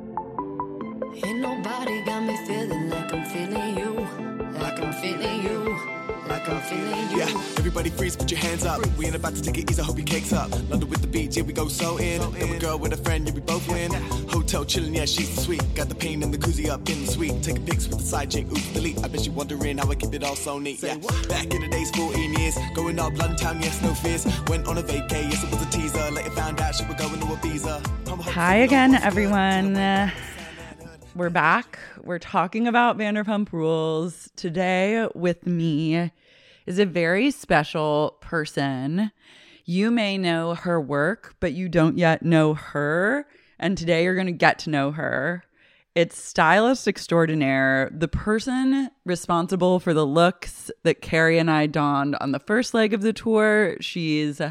Ain't nobody got me feeling like I'm feeling you, like I'm feeling you, like I'm feeling you. Yeah, everybody freeze, put your hands up. We ain't about to take it easy, hope your cake's up. London with the beach, yeah, we go so in. Got a girl with a friend, yeah, we both win. Hotel chillin', yeah, she's sweet. Got the pain in the koozie up in the suite. Taking pics with the side chick, oops, delete. I bet you wondering how I keep it all so neat. Yeah, back in the days, 14 years. Going all London town, yes, no fears. Went on a vacay, yes, it was a teaser. Later found out she was going to Ibiza. Hi again, everyone. Uh, We're back. We're talking about Vanderpump Rules. Today with me is a very special person. You may know her work, but you don't yet know her. And today you're going to get to know her. It's stylist extraordinaire, the person responsible for the looks that Carrie and I donned on the first leg of the tour. She's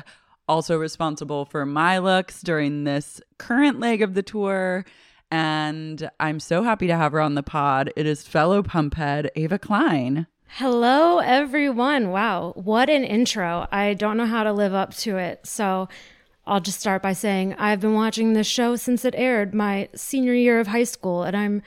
also responsible for my looks during this current leg of the tour. And I'm so happy to have her on the pod. It is fellow pumphead Ava Klein. Hello, everyone. Wow, what an intro. I don't know how to live up to it. So I'll just start by saying I've been watching this show since it aired my senior year of high school, and I'm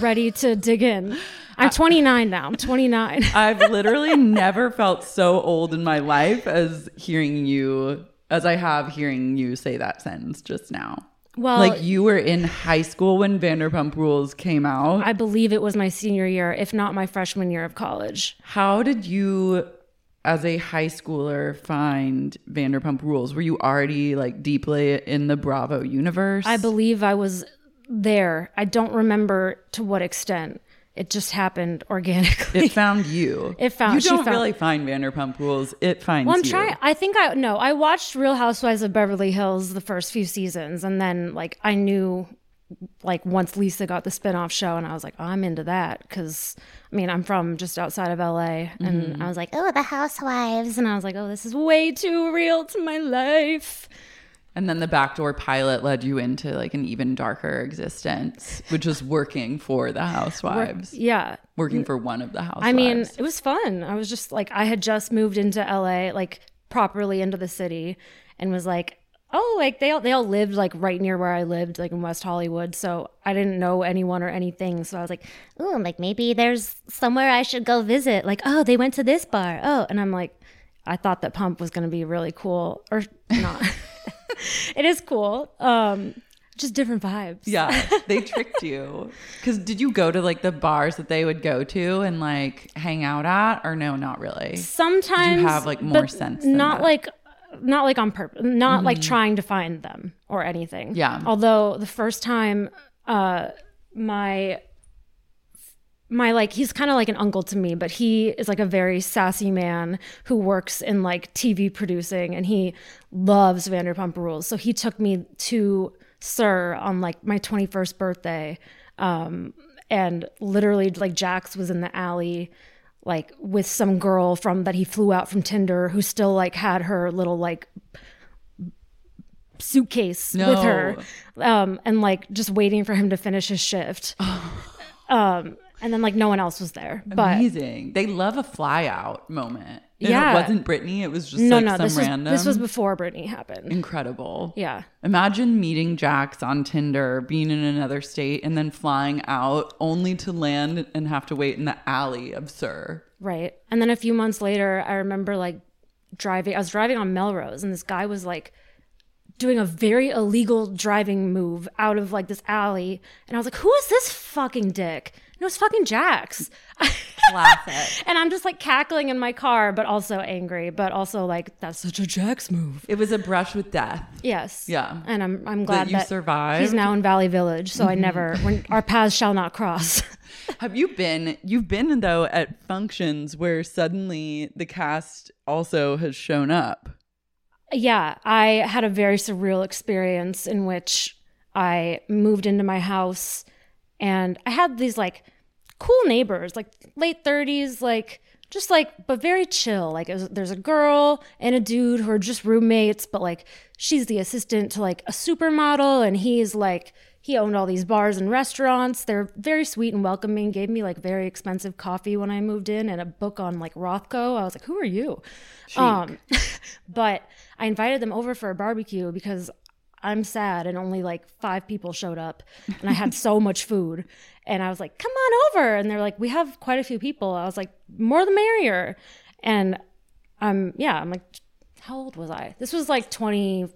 ready to dig in. I'm 29 now. I'm 29. I've literally never felt so old in my life as hearing you, as I have hearing you say that sentence just now. Well, like you were in high school when Vanderpump Rules came out. I believe it was my senior year, if not my freshman year of college. How did you, as a high schooler, find Vanderpump Rules? Were you already like deeply in the Bravo universe? I believe I was there. I don't remember to what extent. It just happened organically. it found you. It found- you. she Don't found- really find Vanderpump Rules. It finds well, I'm you. trying. I think I no. I watched Real Housewives of Beverly Hills the first few seasons, and then like I knew, like once Lisa got the spinoff show, and I was like, oh, I'm into that because I mean I'm from just outside of LA, and I was like, oh, the Housewives, and I was like, oh, this is way too real to my life. And then the backdoor pilot led you into like an even darker existence, which is working for the housewives, Yeah, working for one of the housewives. I mean, it was fun. I was just like, I had just moved into LA, like properly into the city, and was like, oh, like they all they all lived like right near where I lived, like in West Hollywood. So I didn't know anyone or anything. So I was like, oh, like maybe there's somewhere I should go visit. Like, oh, they went to this bar. Oh, and I'm like, I thought that Pump was gonna be really cool, or not. it is cool. Um, just different vibes. yeah, they tricked you. Because did you go to like the bars that they would go to and like hang out at, or no, not really? sometimes have, like, more but sense than not that. Mm-hmm. like not like on purpose not like trying to find them or anything Yeah. although the first time uh my my like he's kind of like an uncle to me but he is like a very sassy man who works in like tv producing and he loves vanderpump rules so he took me to sir on like my 21st birthday um and literally like jax was in the alley like with some girl from that he flew out from Tinder who still like had her little like suitcase with her um and like just waiting for him to finish his shift. um and then like no one else was there. But Amazing. They love a fly out moment. And Yeah. It wasn't Brittany. It was just no like no some this random. was this was before Britney happened. incredible. Yeah. Imagine meeting Jax on Tinder, being in another state, and then flying out only to land and have to wait in the alley of Sir. Right. And then a few months later, I remember like driving, I was driving on Melrose, and this guy was like doing a very illegal driving move out of like this alley. And I was like, who is this fucking dick? And it was fucking Jax. Classic. and I'm just like cackling in my car, but also angry, but also like, that's such a Jax move. it was a brush with death. Yes. Yeah. And I'm, I'm glad you survived. Mm-hmm. He's now in Valley Village, so I never, when our paths shall not cross. Have you been? You've been though at functions where suddenly the cast also has shown up. Yeah, I had a very surreal experience in which I moved into my house and I had these like cool neighbors, like late 30s, like just like, but very chill. Like, it was, there's a girl and a dude who are just roommates, but like, she's the assistant to like a supermodel and he's like, he owned all these bars and restaurants. They're very sweet and welcoming, gave me like very expensive coffee when I moved in and a book on like Rothko. I was like, who are you? Um, but I invited them over for a barbecue because I'm sad and only like five people showed up and I had so much food. And I was like, come on over. And they're like, we have quite a few people. I was like, more the merrier. And I'm, yeah, I'm like, how old was I? This was like 25.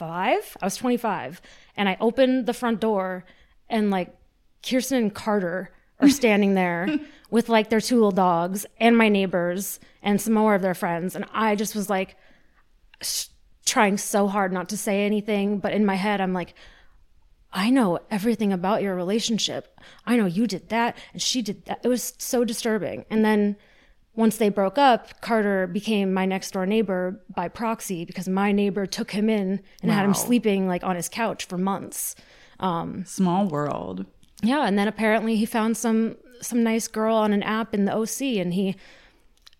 I was 25. And I opened the front door and like Kirsten and Carter are standing there with like their two little dogs and my neighbors and some more of their friends. And I just was like s- trying so hard not to say anything. But in my head, I'm like, I know everything about your relationship. I know you did that and she did that. It was so disturbing. And then once they broke up, Carter became my next door neighbor by proxy because my neighbor took him in and had him sleeping like on his couch for months. Small world. Yeah, and then apparently he found some some nice girl on an app in the OC and he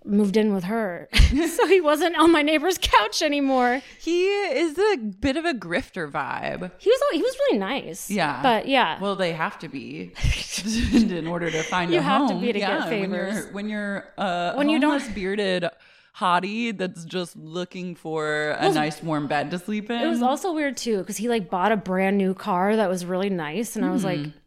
moved in with her. so he wasn't on my neighbor's couch anymore. He is a bit of a grifter vibe. He was he was really nice. Yeah. But yeah. Well, they have to be in order to find You a have to home. be to get yeah, favors. When you're, when you're uh, When you don't- homeless, bearded hottie that's just looking for a nice warm bed to sleep in. it was also weird too cuz he like bought a brand new car that was really nice and I was like Hmm.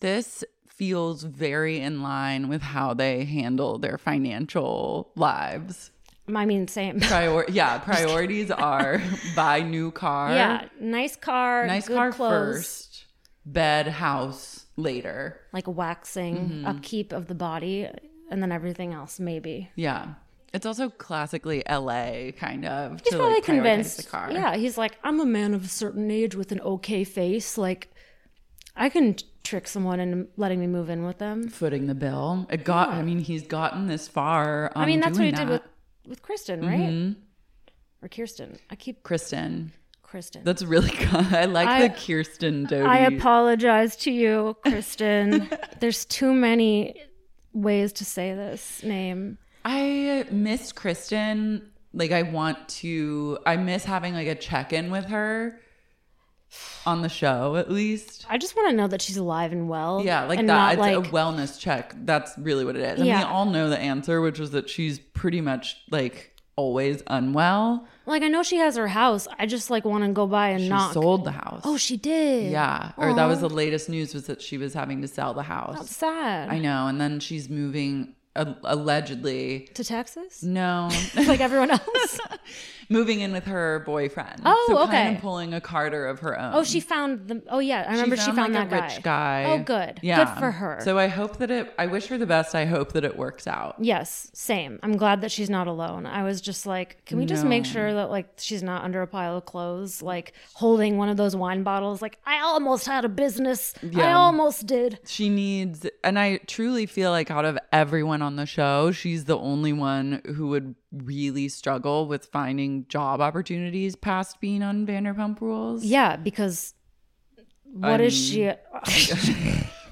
this feels very in line with how they handle their financial lives. I mean same. Prior- yeah, priorities are buy new car. Yeah, nice car, nice good car clothes, first, bed house later. like waxing, Mm-hmm. upkeep of the body and then everything else maybe. Yeah. It's also classically LA kind of. He's to, probably like, prioritize convinced. The car. Yeah, he's like, I'm a man of a certain age with an okay face. Like, I can t- trick someone into letting me move in with them. Footing the bill. It got I mean, he's gotten this far. On I mean, that's what he doing did with that. Mm-hmm. with Kristen, right? Or Kirsten. I keep Kristen. Kristen. That's really good. I like I- the Kirsten Doty. I apologize to you, Kristen. There's too many ways to say this name. I miss Kristen. Like I want to I miss having like a check-in with her on the show at least. I just want to know that she's alive and well. Yeah, like and that. It's Not a like, wellness check. That's really what it is. And Yeah. we all know the answer, which is that she's pretty much like always unwell. like I know she has her house. I just like want to go by and She knock. sold the house. Oh, she did. yeah. Or that was Aw. the latest news was that she was having to sell the That's house. sad. I know. And then she's moving a- allegedly. to Texas, No, like everyone else. moving in with her boyfriend. Oh, so Kind okay. of pulling a Carter of her own. oh, she found the. Oh yeah, I remember she found, like, that a rich guy. Oh, good. Yeah. Good for her. So I hope that it. I wish her the best. I hope that it works out. yes, same. I'm glad that she's not alone. I was just like, can we just make sure that like she's not under a pile of clothes, like holding one of those wine bottles. Like I almost had a business. I Yeah. almost did. She needs, and I truly feel like out of everyone on the show, she's the only one who would really struggle with finding job opportunities past being on Vanderpump Rules. Yeah, because what is she?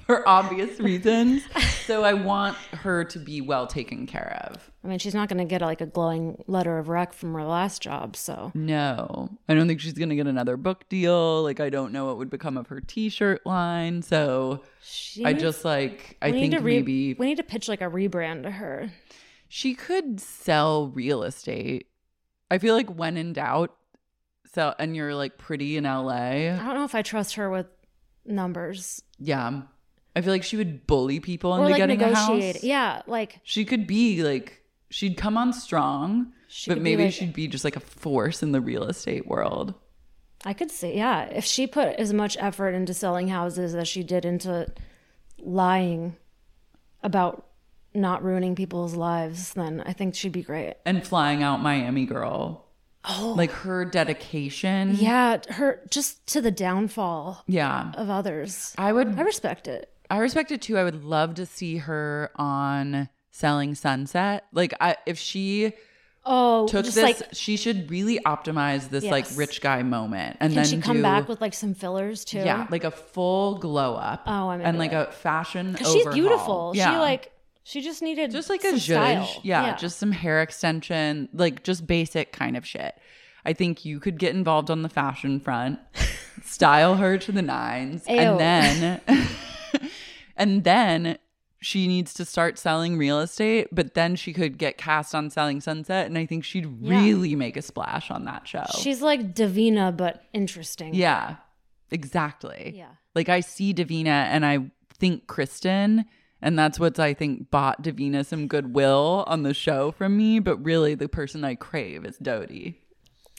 for obvious reasons. So I want her to be well taken care of. I mean, she's not going to get like a glowing letter of rec from her last job. So No, I don't think she's going to get another book deal. Like, I don't know what would become of her t shirt line. So she I needs- just like, I we need think to re- maybe we need to pitch like a rebrand to her. she could sell real estate. I feel like when in doubt, sell, and you're like pretty in I LA. don't know if I trust her with numbers Yeah. I feel like she would bully people into or like getting a negotiate. house. Yeah, like She could be like, she'd come on strong, She but could be, maybe like- she'd be just like a force in the real estate world. I could see. Yeah, if she put as much effort into selling houses as she did into lying about not ruining people's lives, then I think she'd be great. And flying out Miami girl. Oh. Like her dedication. Yeah, her just to the downfall Yeah. of others. I would I respect it. I respect it too. I would love to see her on Selling Sunset. Like I if she Oh, took just this like she should really optimize this like Yes. rich guy moment and can then she come do, back with like some fillers too? yeah like a full glow up Oh, I'm and into like a fashion because she's overhaul. beautiful. She Yeah. like she just needed just like a some zhuzh style. yeah, just some hair extension like just basic kind of shit i think you could get involved on the fashion front style her to the nines Ew. and then and then she needs to start selling real estate but then she could get cast on selling sunset and i think she'd Yeah. really make a splash on that show she's like Davina but interesting. yeah exactly yeah. like I see Davina and I think Kristen, and that's what I think bought Davina some goodwill on the show from me. But really, the person I crave is Dodie.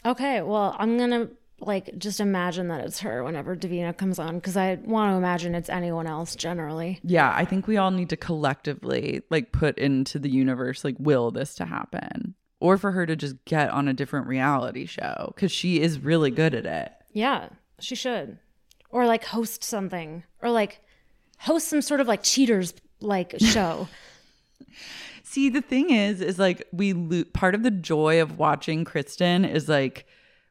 Okay, well, I'm gonna like just imagine that it's her whenever Davina comes on because I want to imagine it's anyone else generally. Yeah, I think we all need to collectively like put into the universe like will this to happen, or for her to just get on a different reality show because she is really good at it. Yeah, she should, or like host something, or like host some sort of like cheaters like show. See, the thing is, is like we lo- part of the joy of watching Kristen is like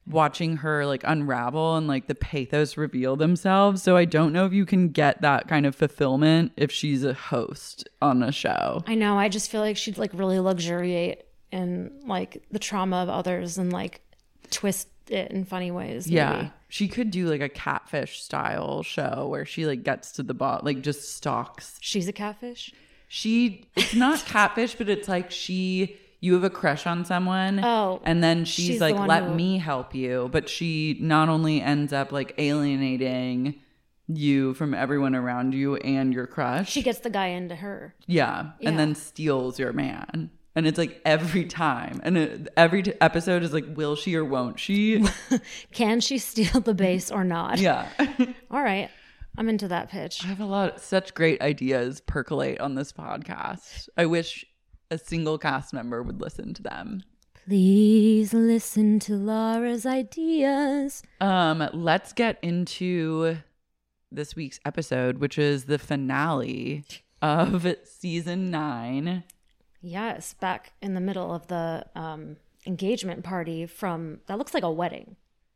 watching her like unravel and like the pathos reveal themselves. So I don't know if you can get that kind of fulfillment if she's a host on a show. I know. I just feel like she'd like really luxuriate in like the trauma of others and like twist it in funny ways. maybe. Yeah. She could do like a catfish style show where she like gets to the bot, like just stalks. she's a catfish. She, it's not catfish, but it's like she, you have a crush on someone. Oh, And then she's, she's the like, one let who- me help you. But she not only ends up like alienating you from everyone around you and your crush. She gets the guy into her. yeah, Yeah. And then steals your man. And it's like every time. And it, every t- episode is like, will she or won't she? Can she steal the base or not? yeah. I All right, I'm into that pitch. have a lot, such great ideas percolate on this podcast. I wish a single cast member would listen to them. Please listen to Laura's ideas. Um, let's get into this week's episode, which is the finale of season nine. Yes, back in the middle of the um, engagement party from that looks like a wedding.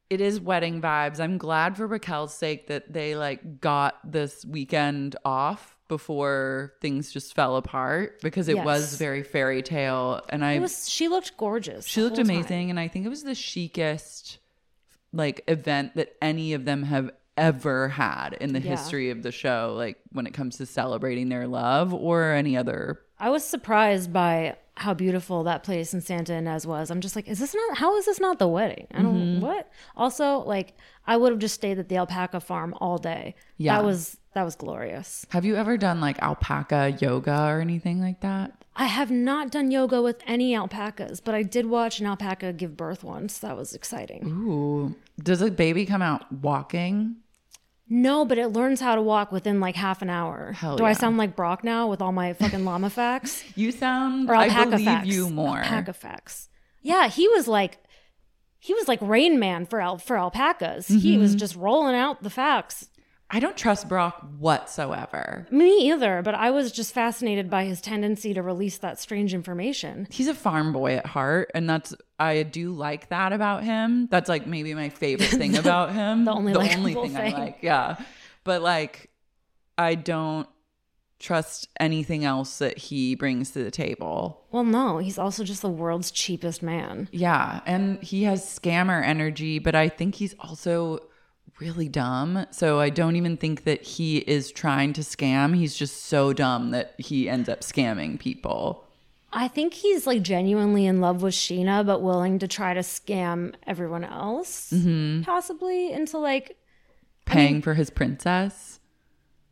It is wedding vibes. I'm glad for Raquel's sake that they like got this weekend off before things just fell apart because it was Yes. very fairy tale. And I It was she looked gorgeous. She the looked whole time. amazing, and I think it was the chicest like event that any of them have ever had in the Yeah. history of the show. Like when it comes to celebrating their love or any other. I was surprised by how beautiful that place in Santa Inez was. I'm just like, is this not how is this not the wedding? I don't Mm-hmm. what? Also, like I would have just stayed at the alpaca farm all day. Yeah. That was that was glorious. Have you ever done like alpaca yoga or anything like that? I have not done yoga with any alpacas, but I did watch an alpaca give birth once. That was exciting. Mm-hmm. Ooh, does a baby come out walking? No, but it learns how to walk within like half an hour. Hell Do I yeah. sound like Brock now with all my fucking llama facts You sound. or I alpaca believe facts? you more. Alpaca facts. Yeah, he was like, he was like Rain Man for al- for alpacas. He Mm-hmm. was just rolling out the facts. I don't trust Brock whatsoever. Me either, but I was just fascinated by his tendency to release that strange information. he's a farm boy at heart and that's i do like that about him that's like maybe my favorite thing about him the only likable i thing. like yeah but like I don't trust anything else that he brings to the table. Well, no, he's also just the world's cheapest man. Yeah, and he has scammer energy, but I think he's also really dumb. So I don't even think that he is trying to scam. He's just so dumb that he ends up scamming people. I think he's like genuinely in love with Sheena, but willing to try to scam everyone else, Mm-hmm. possibly into like Paying for his princess.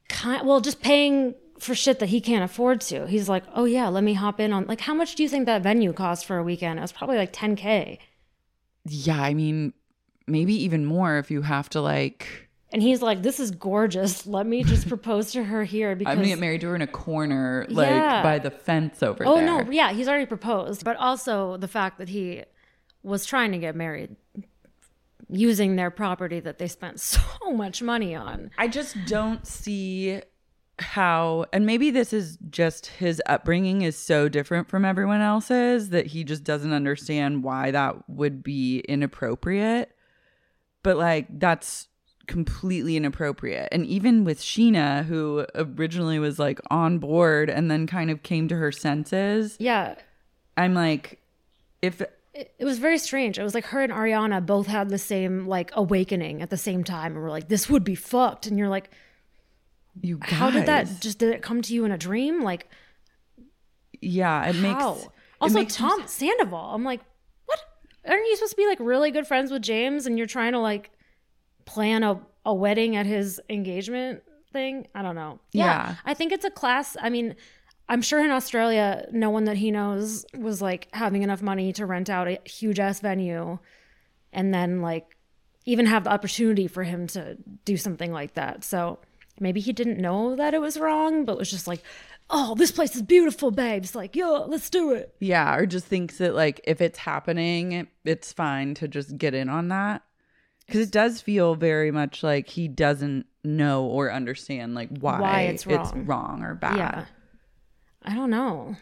kind well, just paying for shit that he can't afford to. He's like, oh yeah, let me hop in on like how much do you think that venue cost for a weekend? It was probably like 10k, Yeah, I mean, maybe even more if you have to like and he's like, this is gorgeous. Let me just propose to her here because I'm gonna get married to her in a corner, like Yeah. by the fence over oh there. no, yeah, he's already proposed, but also the fact that he was trying to get married using their property that they spent so much money on. I just don't see how and maybe this is just his upbringing is so different from everyone else's that he just doesn't understand why that would be inappropriate. But like that's completely inappropriate. And even with Sheena who originally was like on board and then kind of came to her senses, Yeah, I'm like if it, it was very strange. It was like her and Ariana both had the same like awakening at the same time, and were like, "This would be fucked," and you're like, you guys, "How did that? Just did it come to you in a dream? Like Yeah, it makes how?" it also, makes no Tom Sandoval. I'm like, what? Aren't you supposed to be like really good friends with James, and you're trying to like plan a a wedding at his engagement thing? I don't know. Yeah. I think it's a class. I mean. I'm sure in Australia, no one that he knows was like having enough money to rent out a huge ass venue and then like even have the opportunity for him to do something like that. So maybe he didn't know that it was wrong, but was just like, oh, this place is beautiful, babes. Like, yo, let's do it. Yeah, or just thinks that like if it's happening, it's fine to just get in on that. Cuz it does feel very much like he doesn't know or understand like why, Why it's wrong. wrong or bad. Yeah. I don't know.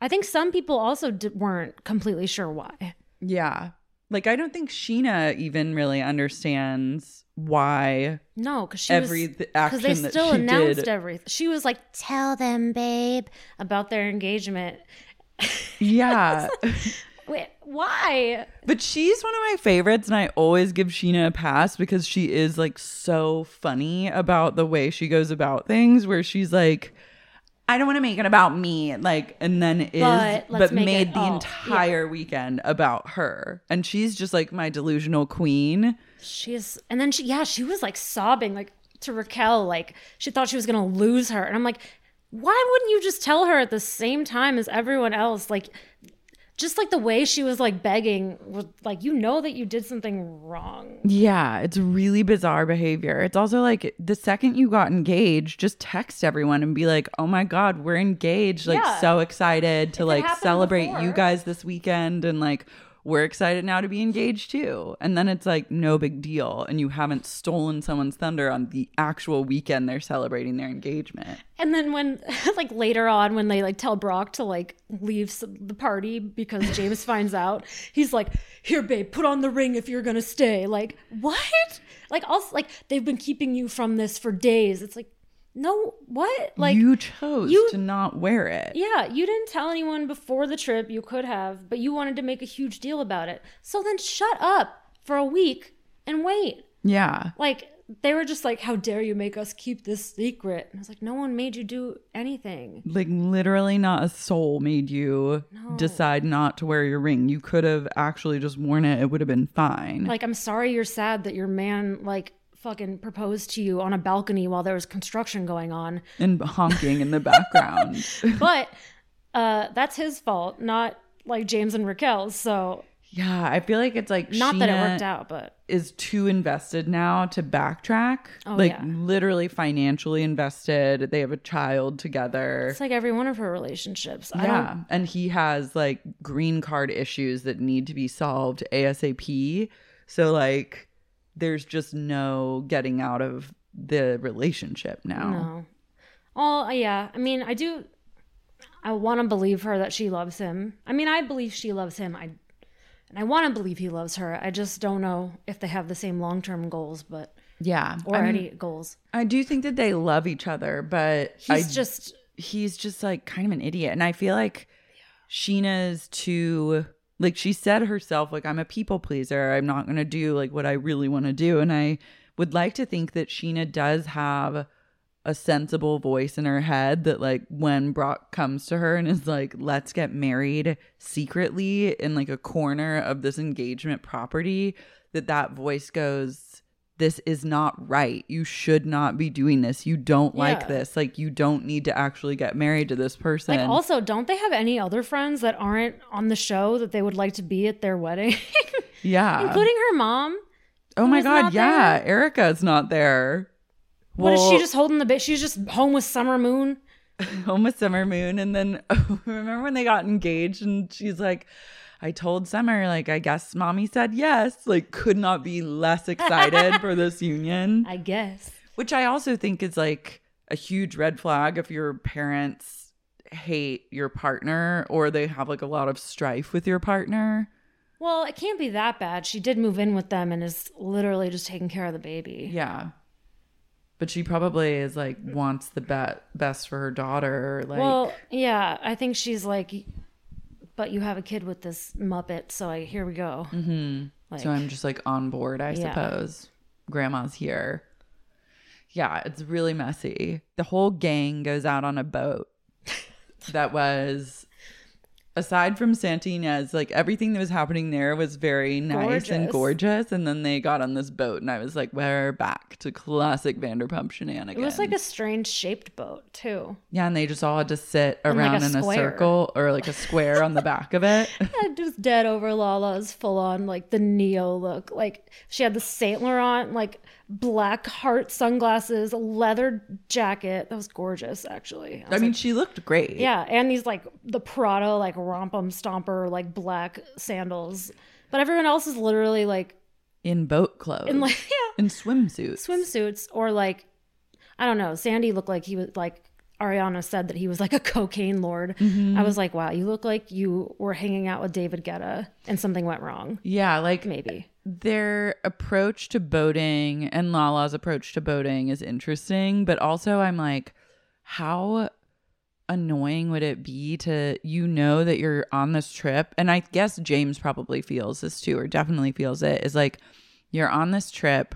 I think some people also d- weren't completely sure why. Yeah. Like I don't think Sheena even really understands why No, because she Every was th- because they action that still she announced did. everything. She was like, "Tell them, babe, about their engagement." Yeah. Wait, why? but she's one of my favorites and I always give Sheena a pass because she is like so funny about the way she goes about things where she's like I don't want to make it about me like and then is But but, let's make made it the all- entire weekend about her and she's just like my delusional queen. She's and then she yeah, she was like sobbing like to Raquel, like she thought she was gonna lose her. And I'm like, why wouldn't you just tell her at the same time as everyone else? Like just like the way she was like begging was like you know that you did something wrong. Yeah, it's really bizarre behavior. It's also like the second you got engaged, just text everyone and be like, "Oh my god, we're engaged. Like Yeah. so excited to like happened celebrate you before- guys this weekend and like we're excited now to be engaged too." And then it's like no big deal and you haven't stolen someone's thunder on the actual weekend they're celebrating their engagement. And then when like later on when they like tell Brock to like leave s- the party because James finds out, he's like, "Here babe, put on the ring if you're going to stay." Like, what? Like also like they've been keeping you from this for days. It's like no, what? Like you chose you- to not wear it. Yeah, you didn't tell anyone before the trip. You could have, but you wanted to make a huge deal about it. So then shut up for a week and wait. yeah. Like, they were just like, How dare you make us keep this secret? And I was like, No one made you do anything. Like literally not a soul made you decide not to wear your ring. You could have actually just worn it. It would have been fine. Like, I'm sorry you're sad that your man, like, fucking proposed to you on a balcony while there was construction going on. and honking in the background. But uh, that's his fault, not like James and Raquel's. So, yeah, I feel like it's like not that it Sheena worked out, but Is too invested now to backtrack. Oh, like yeah. literally financially invested. They have a child together. it's like every one of her relationships. I don't yeah, and he has like green card issues that need to be solved ASAP. So like there's just no getting out of the relationship now. No. Oh, yeah. I mean, I do. I want to believe her that she loves him. I mean, I believe she loves him. I and I want to believe he loves her. I just don't know if they have the same long-term goals, but Yeah. or I mean, any goals. I do think that they love each other, but He's I just he's just like kind of an idiot. And I feel like Sheena's too like she said herself, like I'm a people pleaser. I'm not gonna do like what I really want to do. And I would like to think that Sheena does have a sensible voice in her head that like when Brock comes to her and is like, let's get married secretly in like a corner of this engagement property, that that voice goes, this is not right. You should not be doing this. You don't like Yeah. this. Like you don't need to actually get married to this person. like also don't they have any other friends that aren't on the show that they would like to be at their wedding, yeah. including her mom? oh my who's God. not Yeah. there? Erica's not there. what is she Well- just holding the bit? She's just home with Summer Moon. home with Summer Moon. And then remember when they got engaged and she's like, I told Summer, like, I guess mommy said yes. Like, could not be less excited for this union, I guess. which I also think is like a huge red flag if your parents hate your partner or they have like a lot of strife with your partner. Well, it can't be that bad. She did move in with them and is literally just taking care of the baby. Yeah. But she probably is like wants the be- best for her daughter. Like, well, yeah, I think she's like, but you have a kid with this muppet, so I, here we go. Mm-hmm. Like, So I'm just like on board, I Yeah. suppose. Grandma's here. Yeah, it's really messy. The whole gang goes out on a boat that was, aside from Santa Ynez, like everything that was happening there was very nice and gorgeous. And then they got on this boat, and I was like, we're back to classic Vanderpump shenanigans. it was like a strange shaped boat too. yeah, and they just all had to sit And, like, around a in a square. circle or like a square on the back of it. Yeah, just dead over Lala's full on like the neo look. Like she had the Saint Laurent like black heart sunglasses, leather jacket. That was gorgeous, actually. I was mean, like, she looked great. yeah, and these like the Prada like rompum stomper like black sandals. But everyone else is literally like In boat clothes. in like yeah in swimsuits. swimsuits or like I don't know. Sandy looked like he was like Ariana said that he was like a cocaine lord. Mm-hmm. I was like, wow, you look like you were hanging out with David Guetta and something went wrong. Yeah, like Maybe. their approach to boating and Lala's approach to boating is interesting, but also I'm like, how annoying would it be to you know that you're on this trip? And I guess James probably feels this too, or definitely feels it is like you're on this trip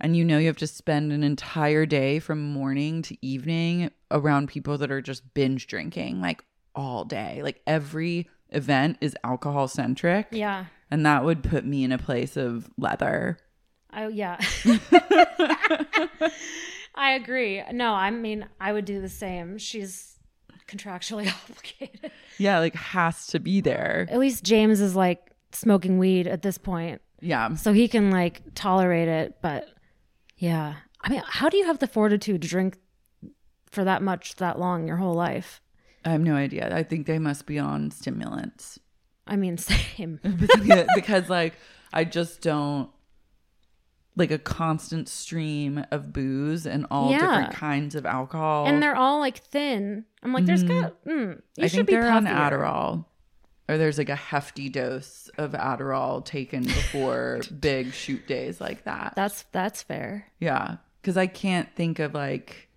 and you know you have to spend an entire day from morning to evening around people that are just binge drinking like all day. Like every event is alcohol centric. Yeah. And that would put me in a place of leather. I yeah. I agree. No, I mean I would do the same. She's contractually obligated. Yeah, like has to be there. At least James is like smoking weed at this point. Yeah. So he can like tolerate it, but yeah. I mean, how do you have the fortitude to drink for that much that long your whole life? I have no idea. I think they must be on stimulants. I mean, same. Mm-hmm. because like I just don't like a constant stream of booze and all Yeah. different kinds of alcohol. And they're all like thin. I'm like, there's got. Mm, you Mm-hmm. I should think be they're on puffier. Adderall. Or there's like a hefty dose of Adderall taken before big shoot days like that. That's that's fair. yeah. Cause I can't think of like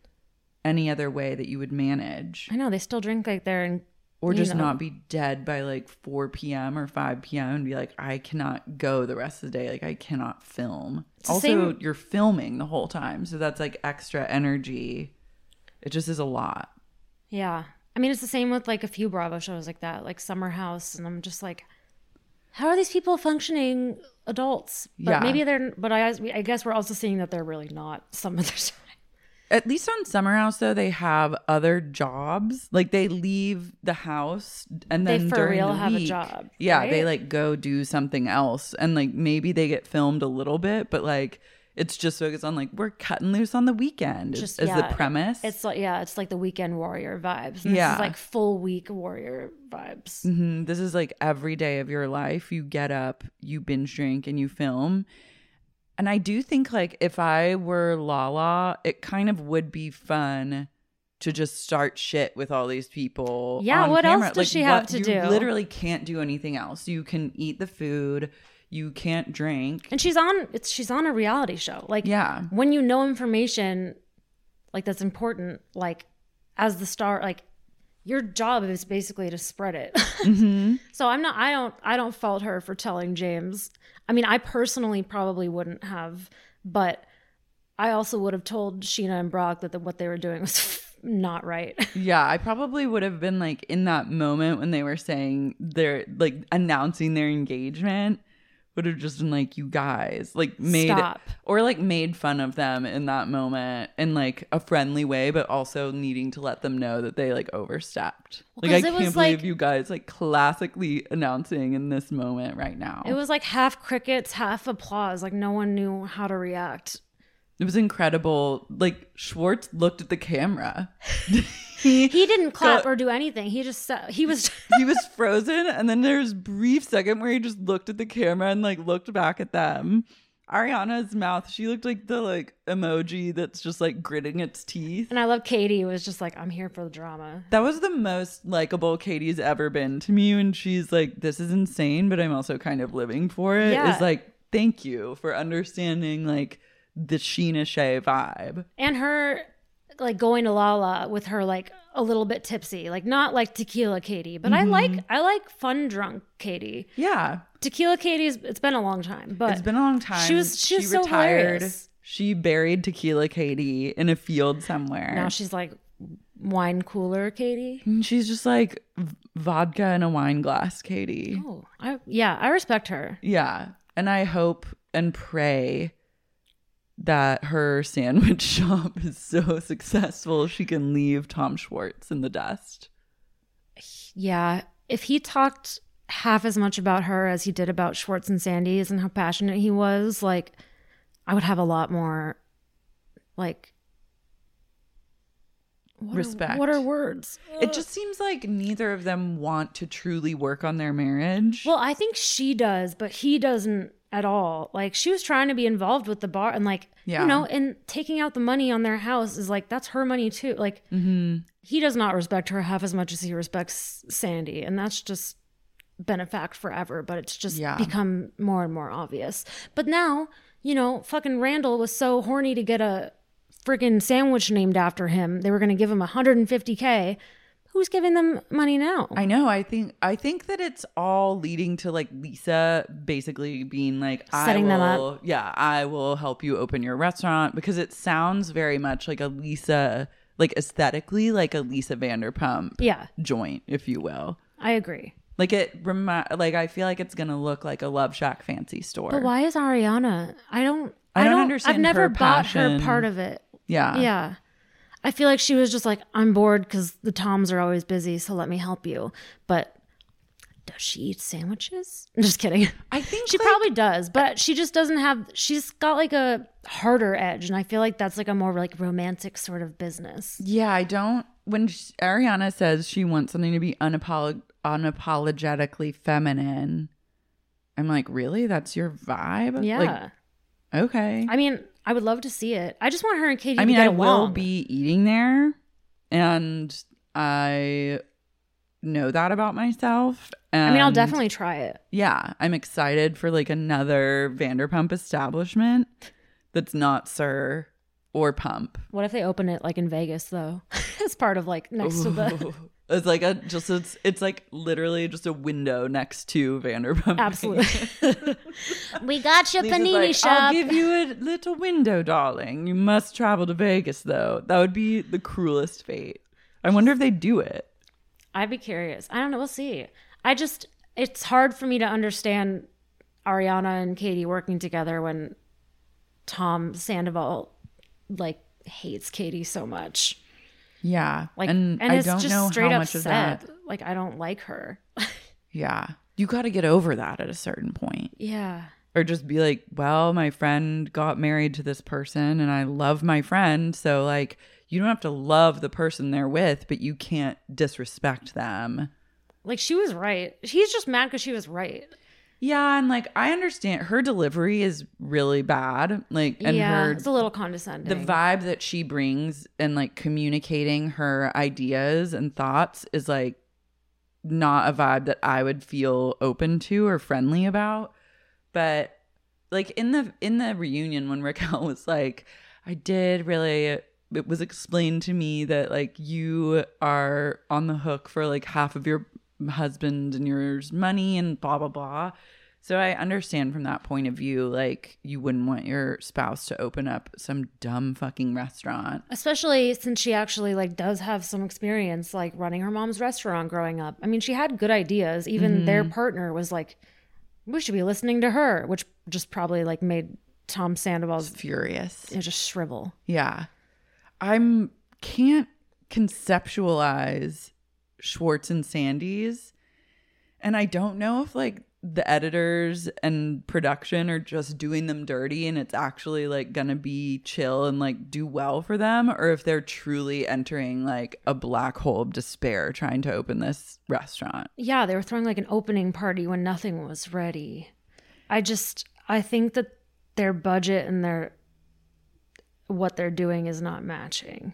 any other way that you would manage. I know they still drink like they're in or you just know. not be dead by like 4 p.m. or 5 p.m. and be like, I cannot go the rest of the day. Like, I cannot film. the also, same- you're filming the whole time. So that's like extra energy. It just is a lot. Yeah. I mean, it's the same with like a few Bravo shows like that, like Summer House. And I'm just like, how are these people functioning adults? But Yeah. maybe they're, but I, I guess we're also seeing that they're really not some of their time. At least on Summer House, though, they have other jobs. Like, they leave the house and They then for during real the have a week- job, Yeah, right? they like go do something else. And like, maybe they get filmed a little bit, but like, it's just focused on like, we're cutting loose on the weekend, Just, just, is yeah. the premise. It's like, yeah, it's like the weekend warrior vibes. And This Yeah. is like full week warrior vibes. Mhm. This is like every day of your life. You get up, you binge drink, and you film. And I do think, like, if I were Lala, it kind of would be fun to just start shit with all these people. Yeah, on what else camera. does she have to you do? Literally can't do anything else. You can eat the food, you can't drink. And she's on it's she's on a reality show. Like Yeah. when you know information like that's important, like as the star, like your job is basically to spread it. so I'm not I don't I don't fault her for telling James. I mean, I personally probably wouldn't have, but I also would have told Sheena and Brock that the, what they were doing was not right. Yeah, I probably would have been like in that moment when they were saying they're like announcing their engagement, would have just been like, you guys, like made Stop. or like made fun of them in that moment in like a friendly way, but also needing to let them know that they like overstepped. Like, I 'cause it can't was, believe like- you guys like classically announcing in this moment right now. It was like half crickets, half applause. Like no one knew how to react. It was incredible. Like Schwartz looked at the camera. He didn't clap or do anything. He just sa- he was he was frozen and then there's brief second where he just looked at the camera and like looked back at them ariana's mouth she looked like the like emoji that's just like gritting its teeth And I love Katie was just like, I'm here for the drama. that was the most likable katie's ever been to me when she's like this is insane but i'm also kind of living for it. Is Yeah. like thank you for understanding like the sheena shea vibe And her like going to Lala with her like a little bit tipsy. Like not like tequila Katie, but I Mm-hmm. like I like fun drunk Katie. yeah Tequila Katie's it's been a long time, but it's been a long time She was she was so hilarious. she buried tequila katie in a field somewhere Now she's like wine cooler Katie. And she's just like v- vodka in a wine glass, Katie. Oh, I yeah, I respect her. Yeah. And I hope and pray that her sandwich shop is so successful she can leave Tom Schwartz in the dust. Yeah. If he talked half as much about her as he did about Schwartz and Sandy's and how passionate he was, like I would have a lot more like what are- Respect. what are words? It just seems like neither of them want to truly work on their marriage. Well, I think she does, but he doesn't at all. Like she was trying to be involved with the bar and like Yeah. you know, and taking out the money on their house is like that's her money too. Like Mm-hmm. he does not respect her half as much as he respects Sandy, and that's just been a fact forever, but it's just Yeah. become more and more obvious. But now, you know, fucking Randall was so horny to get a freaking sandwich named after him. They were going to give him 150k. Who's giving them money now? I know. I think I think that it's all leading to like Lisa basically being like Setting I them up. will, Yeah, I will help you open your restaurant because it sounds very much like a Lisa, like aesthetically like a Lisa Vanderpump yeah, joint, if you will. I agree. Like it remi- like I feel like it's gonna look like a Love Shack fancy store. But why is Ariana? I don't. I don't I've understand never her bought passion. her part of it. Yeah. yeah. I feel like she was just like, I'm bored because the Toms are always busy, so let me help you. But does she eat sandwiches? I'm just kidding. I think she like- probably does, but she just doesn't have. She's got like a harder edge, and I feel like that's like a more like romantic sort of business. Yeah, I don't. When sh Ariana says she wants something to be unapolog- unapologetically feminine, I'm like, really? That's your vibe? Yeah. Like, okay. I mean, I would love to see it. I just want her and Katie. I mean, to get I will along. be eating there, and I know that about myself. And I mean, I'll definitely try it. Yeah, I'm excited for like another Vanderpump establishment that's not Sir or Pump. What if they open it like in Vegas though? As part of like next to the It's like a just it's it's like literally just a window next to Vanderpump. absolutely. we got your Lisa's like, I'll give you a little window, darling. You must travel to Vegas though. That would be the cruelest fate. I wonder if they do it. I'd be curious. I don't know. We'll see. I just it's hard for me to understand Ariana and Katie working together when Tom Sandoval like hates Katie so much. Yeah. Like and, I it's don't just know straight how up much of said, that. Like I don't like her. Yeah. You got to get over that at a certain point yeah. or just be like, well, my friend got married to this person and I love my friend, so like you don't have to love the person they're with, but you can't disrespect them. Like she was right. He's just mad because she was right. Yeah, and like I understand her delivery is really bad. Like and yeah. her it's a little the condescending. vibe that she brings and like communicating her ideas and thoughts is like not a vibe that I would feel open to or friendly about. but like in the in the reunion when Raquel was like, I did really it was explained to me that like you are on the hook for like half of your husband and yours money and blah blah blah. So I understand from that point of view, like you wouldn't want your spouse to open up some dumb fucking restaurant. especially since she actually like does have some experience like running her mom's restaurant growing up i mean she had good ideas even their partner was like we should be listening to her which just probably like made tom sandoval's Furious. you know, just shrivel Yeah. I'm can't conceptualize Schwartz and Sandy's. And I don't know if like the editors and production are just doing them dirty and it's actually like gonna be chill and like do well for them, or if they're truly entering like a black hole of despair trying to open this restaurant. yeah they were throwing like an opening party when nothing was ready i just i think that their budget and their what they're doing is not matching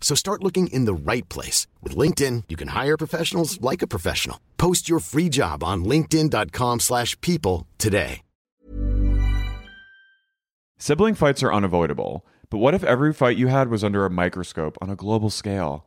So start looking in the right place. With LinkedIn, you can hire professionals like a professional. Post your free job on linkedin.com/people slash people today. Sibling fights are unavoidable, but what if every fight you had was under a microscope on a global scale?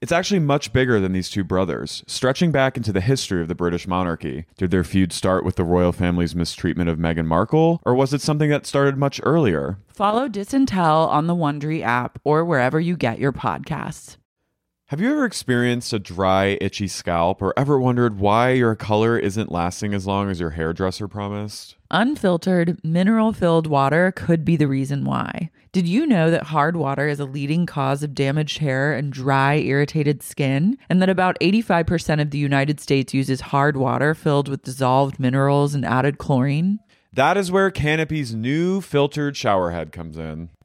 It's actually much bigger than these two brothers, stretching back into the history of the British monarchy. Did their feud start with the royal family's mistreatment of Meghan Markle, or was it something that started much earlier? Follow Disintel on the Wondery app or wherever you get your podcasts. Have you ever experienced a dry, itchy scalp or ever wondered why your color isn't lasting as long as your hairdresser promised? Unfiltered, mineral filled water could be the reason why. Did you know that hard water is a leading cause of damaged hair and dry, irritated skin? And that about 85% of the United States uses hard water filled with dissolved minerals and added chlorine? That is where Canopy's new filtered showerhead comes in.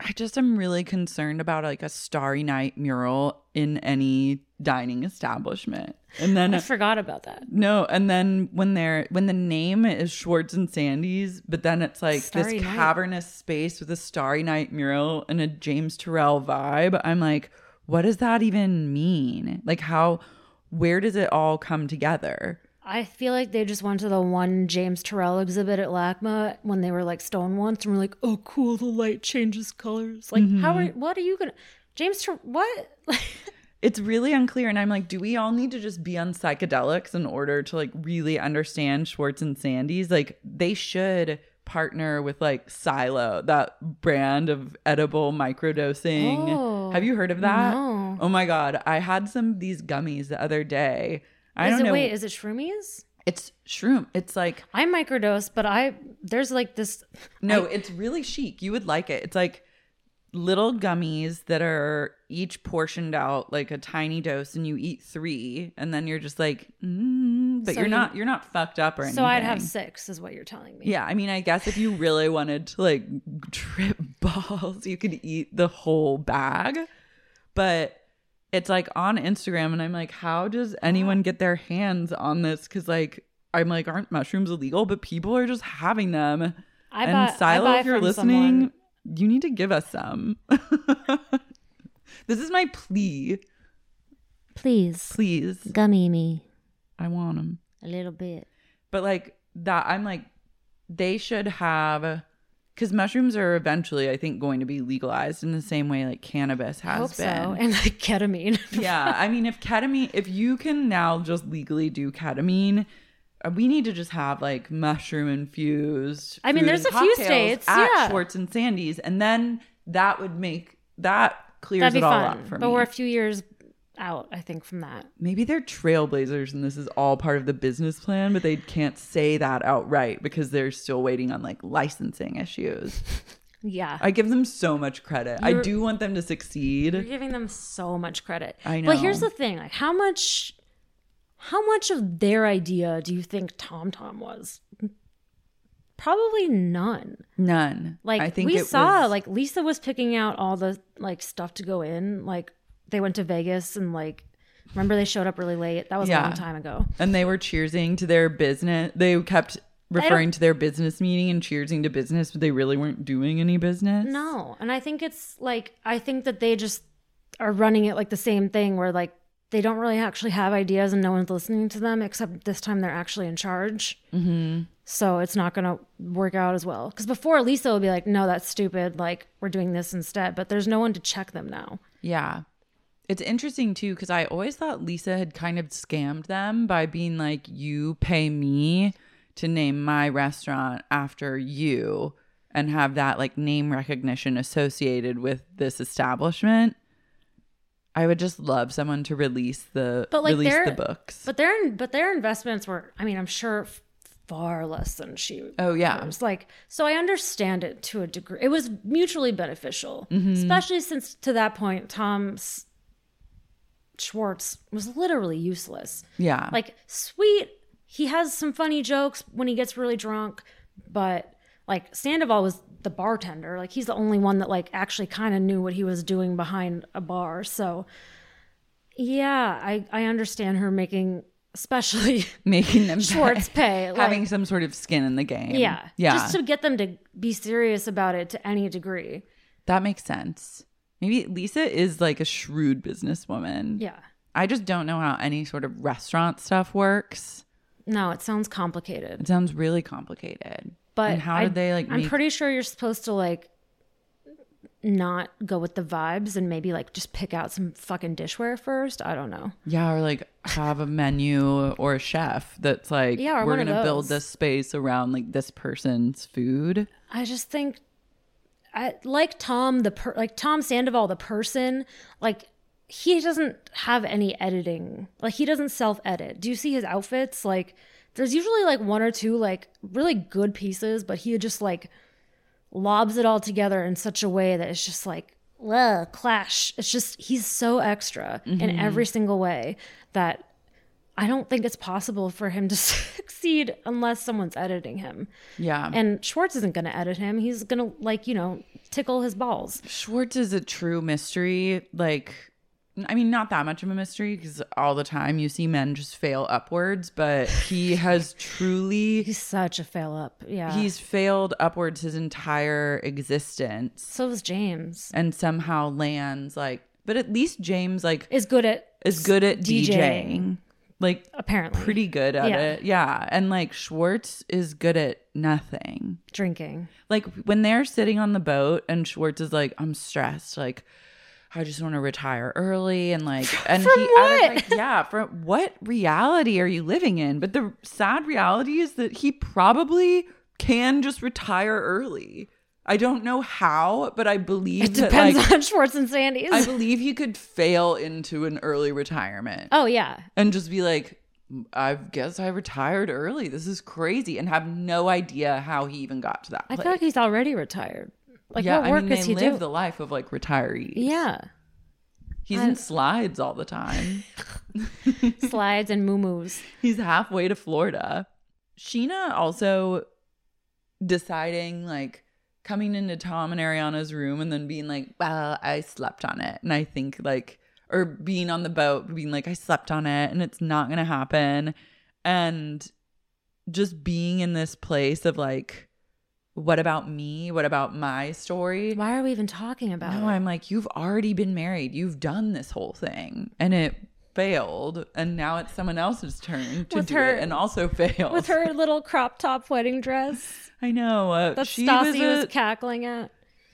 I just am really concerned about like a starry night mural in any dining establishment. And then i forgot about that no, and then when they're when the name is Schwartz and Sandy's, but then it's like Starry this Night. cavernous space with a starry night mural and a James Terrell vibe. I'm like, what does that even mean? Like how where does it all come together? I feel like they just went to the one James Terrell exhibit at LACMA when they were like stoned once and were like, oh, cool, the light changes colors. Like, how Mm-hmm. are, what are you gonna, James, Ter- what? it's really unclear and i'm like do we all need to just be on psychedelics in order to like really understand schwartz and sandy's like they should partner with like Silo, that brand of edible microdosing. Oh, Have you heard of that? no. Oh my god, I had some of these gummies the other day. I is don't it, know. Wait, is it shroomies? it's shroom. It's like I microdose, but I there's like this. No, it's really chic. You would like it. It's like little gummies that are each portioned out like a tiny dose, and you eat three, and then you're just like, mm, but So you're you- not you're not fucked up or anything. So I'd have six, is what you're telling me. Yeah, I mean, I guess if you really wanted to like trip balls, you could eat the whole bag. But it's like on Instagram, and I'm like, how does anyone get their hands on this? Because like, I'm like, aren't mushrooms illegal? But people are just having them. I and buy- I Silo, buy if you're from listening, someone. you need to give us some. this is my plea. Please Please, gummy me I want them. a little bit. but like that i'm like they should have because mushrooms are eventually i think going to be legalized in the same way like cannabis I has hope so. been And like ketamine. yeah i mean if ketamine if you can now just legally do ketamine uh, we need to just have like mushroom infused I mean, food there's and a few cocktails states, at yeah. schwartz and sandy's and then that would make that clears That'd be it all fun. up for but me we're a few years out, I think, from that. maybe they're trailblazers and this is all part of the business plan, but they can't say that outright because they're still waiting on like licensing issues. Yeah. I give them so much credit. I You're- do want them to You're succeed. giving them so much credit. I But here's know. the thing: like, how much, how much of their idea do you think Tom Tom was? Probably none. None. Like I think we it saw, was- like Lisa was picking out all the like stuff to go in. Like they went to Vegas and like remember they showed up really late. That was Yeah. a long time ago. and they were cheersing to their business. They kept referring to their business meeting and cheersing to business, but they really weren't doing any business. No, and I think it's like I think that they just are running it like the same thing where like they don't really actually have ideas and no one's listening to them except this time they're actually in charge. Mm-hmm. So it's not gonna work out as well. Because before Lisa would be like, "No, that's stupid. Like we're doing this instead." But there's no one to check them now. Yeah. It's interesting too because I always thought Lisa had kind of scammed them by being like, you pay me to name my restaurant after you and have that like name recognition associated with this establishment. I would just love someone to release the But like release their the books. But their but their investments were. I mean, I'm sure f- far less than she. Oh, yeah. was like so. I understand it to a degree. It was mutually beneficial, Mm-hmm. especially since to that point Tom S- Schwartz was literally useless. yeah. Like sweet, he has some funny jokes when he gets really drunk, but like Sandoval was the bartender. Like he's the only one that like actually kind of knew what he was doing behind a bar. So yeah, I I understand her making especially making them Schwartz pay like, having some sort of skin in the game. yeah Yeah. just to get them to be serious about it to any degree. that makes sense. Maybe Lisa is like a shrewd businesswoman. Yeah. I just don't know how any sort of restaurant stuff works. No, it sounds It complicated. sounds really complicated. But And how I- did they like? I'm make- pretty sure you're supposed to like not go with the vibes and maybe like just pick out some fucking dishware first. I don't know. yeah, or like have a menu or a chef that's like, Yeah, or we're one of gonna build those. this space around like this person's food. I just think I like Tom the per, like Tom Sandoval the person like he doesn't have any editing. Like he doesn't self-edit. Do you see his outfits? Like there's usually like one or two like really good pieces, but he just like lobs it all together in such a way that it's just like ugh, clash. It's just he's so extra Mm-hmm. in every single way that I don't think it's possible for him to succeed unless someone's editing him. Yeah, And Schwartz isn't going to edit him. He's going to, like, you know, tickle his balls. Schwartz is a true mystery. Like, I mean, not that much of a mystery because all the time you see men just fail upwards, but he has truly He's such a fail up. Yeah. he's failed upwards his entire existence. so is James. and somehow lands like but at least James like Is good at is good at DJing. DJing. Like apparently pretty good at Yeah. it. Yeah. And like Schwartz is good at nothing. drinking. Like when they're sitting on the boat and Schwartz is like, I'm stressed, like I just want to retire early and like and From he I was like, what? yeah, from what reality are you living in? But the sad reality is that he probably can just retire early. I don't know how, but I believe It that, depends like, on Schwartz and Sandy's. I believe he could fail into an early retirement oh yeah. and just be like, I guess I retired early. This is crazy, and have no idea how he even got to that. I Place. feel like he's already retired. Like what work I mean, is they he live doing? the life of like retirees. yeah. he's I- in slides all the time. Slides and moo-moos. He's halfway to Florida. Sheena also deciding, like, coming into Tom and Ariana's room and then being like, well, I slept on it. And I think, like, or being on the boat, being like, I slept on it and it's not going to happen. And just being in this place of, like, what about me? What about my story? Why are we even talking about No, it? I'm like, you've already been married. You've done this whole thing, and it failed, and now it's someone else's turn to With do her- it, and also failed. with her little crop top wedding dress I know. Uh, that she Stassi was, was, a, cackling at.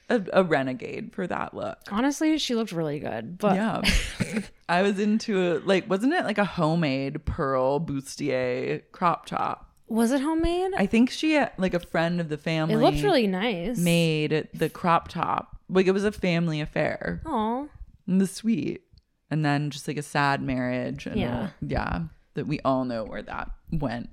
a, a renegade for that look. Honestly, she looked really good, but Yeah, I was into a, like, wasn't it like a homemade pearl bustier crop top? was it homemade? I think she, uh, like, a friend of the family. it looked really nice. made the crop top. Like it was a family affair. Aw. and the sweet and then just like a sad marriage and Yeah. yeah, yeah that we all know where that went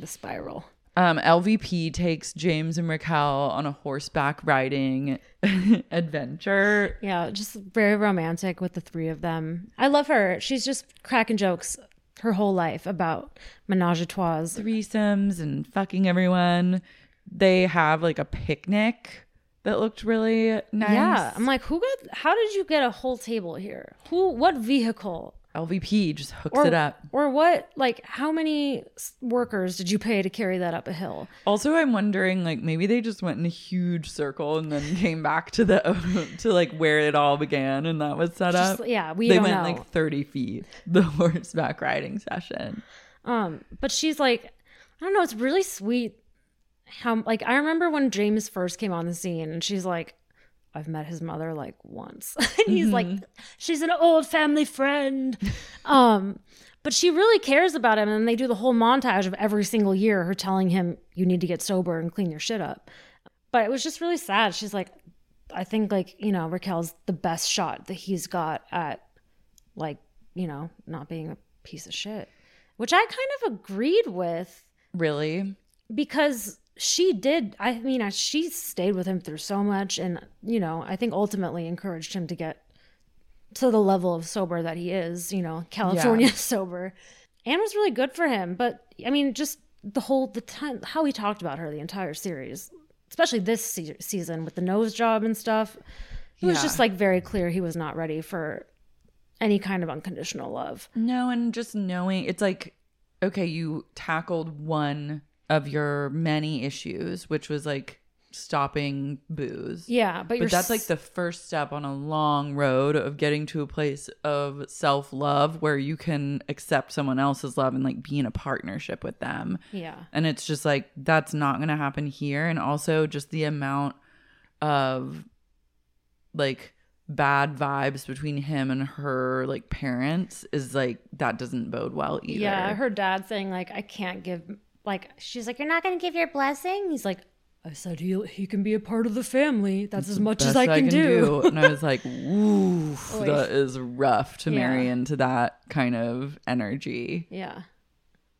the spiral. um, LVP takes James and Raquel on a horseback riding adventure. Yeah, just very romantic with the three of them. I love her. She's just cracking jokes her whole life about menage a trois. Threesomes and fucking everyone. They have like a picnic that looked really nice. Yeah, I'm like, who got? How did you get a whole table here? Who? What vehicle? LVP just hooks Or, it up. or what? Like, how many s- workers did you pay to carry that up a hill? Also, I'm wondering, like, maybe they just went in a huge circle and then came back to the to like where it all began, and that was set Just- up. yeah, we they don't went know. like 30 feet the horseback riding session. Um, but she's like, I don't know. It's really sweet. How like I remember when James first came on the scene, and she's like, I've met his mother like once, and he's like, she's an old family friend. um, but she really cares about him, and they do the whole montage of every single year her telling him you need to get sober and clean your shit up. But it was just really sad. She's like, I think like you know Raquel's the best shot that he's got at like you know not being a piece of shit which I kind of agreed with Really? because she did. I mean, I- she stayed with him through so much, and you know, I think ultimately encouraged him to get to the level of sober that he is. You know, California sober, and was really good for him. But I mean, just the whole the time how he talked about her the entire series, especially this se- season with the nose job and stuff. It was Yeah. just like very clear he was not ready for any kind of unconditional love. No, and just knowing it's like, okay, you tackled one of your many issues, which was like stopping booze. Yeah, but, But, you're that's s- like the first step on a long road of getting to a place of self love where you can accept someone else's love and like be in a partnership with them. yeah. And it's just like that's not going to happen here. And also just the amount of like bad vibes between him and her like parents is like that doesn't bode well either. Yeah, her dad saying like, "I can't give." Like she's like, "You're not gonna give your blessing." He's like, "I said he he can be a part of the family. That's as much as Best I can, do." and I was like, oof, Oy. that is rough to Yeah. marry into that kind of energy. yeah,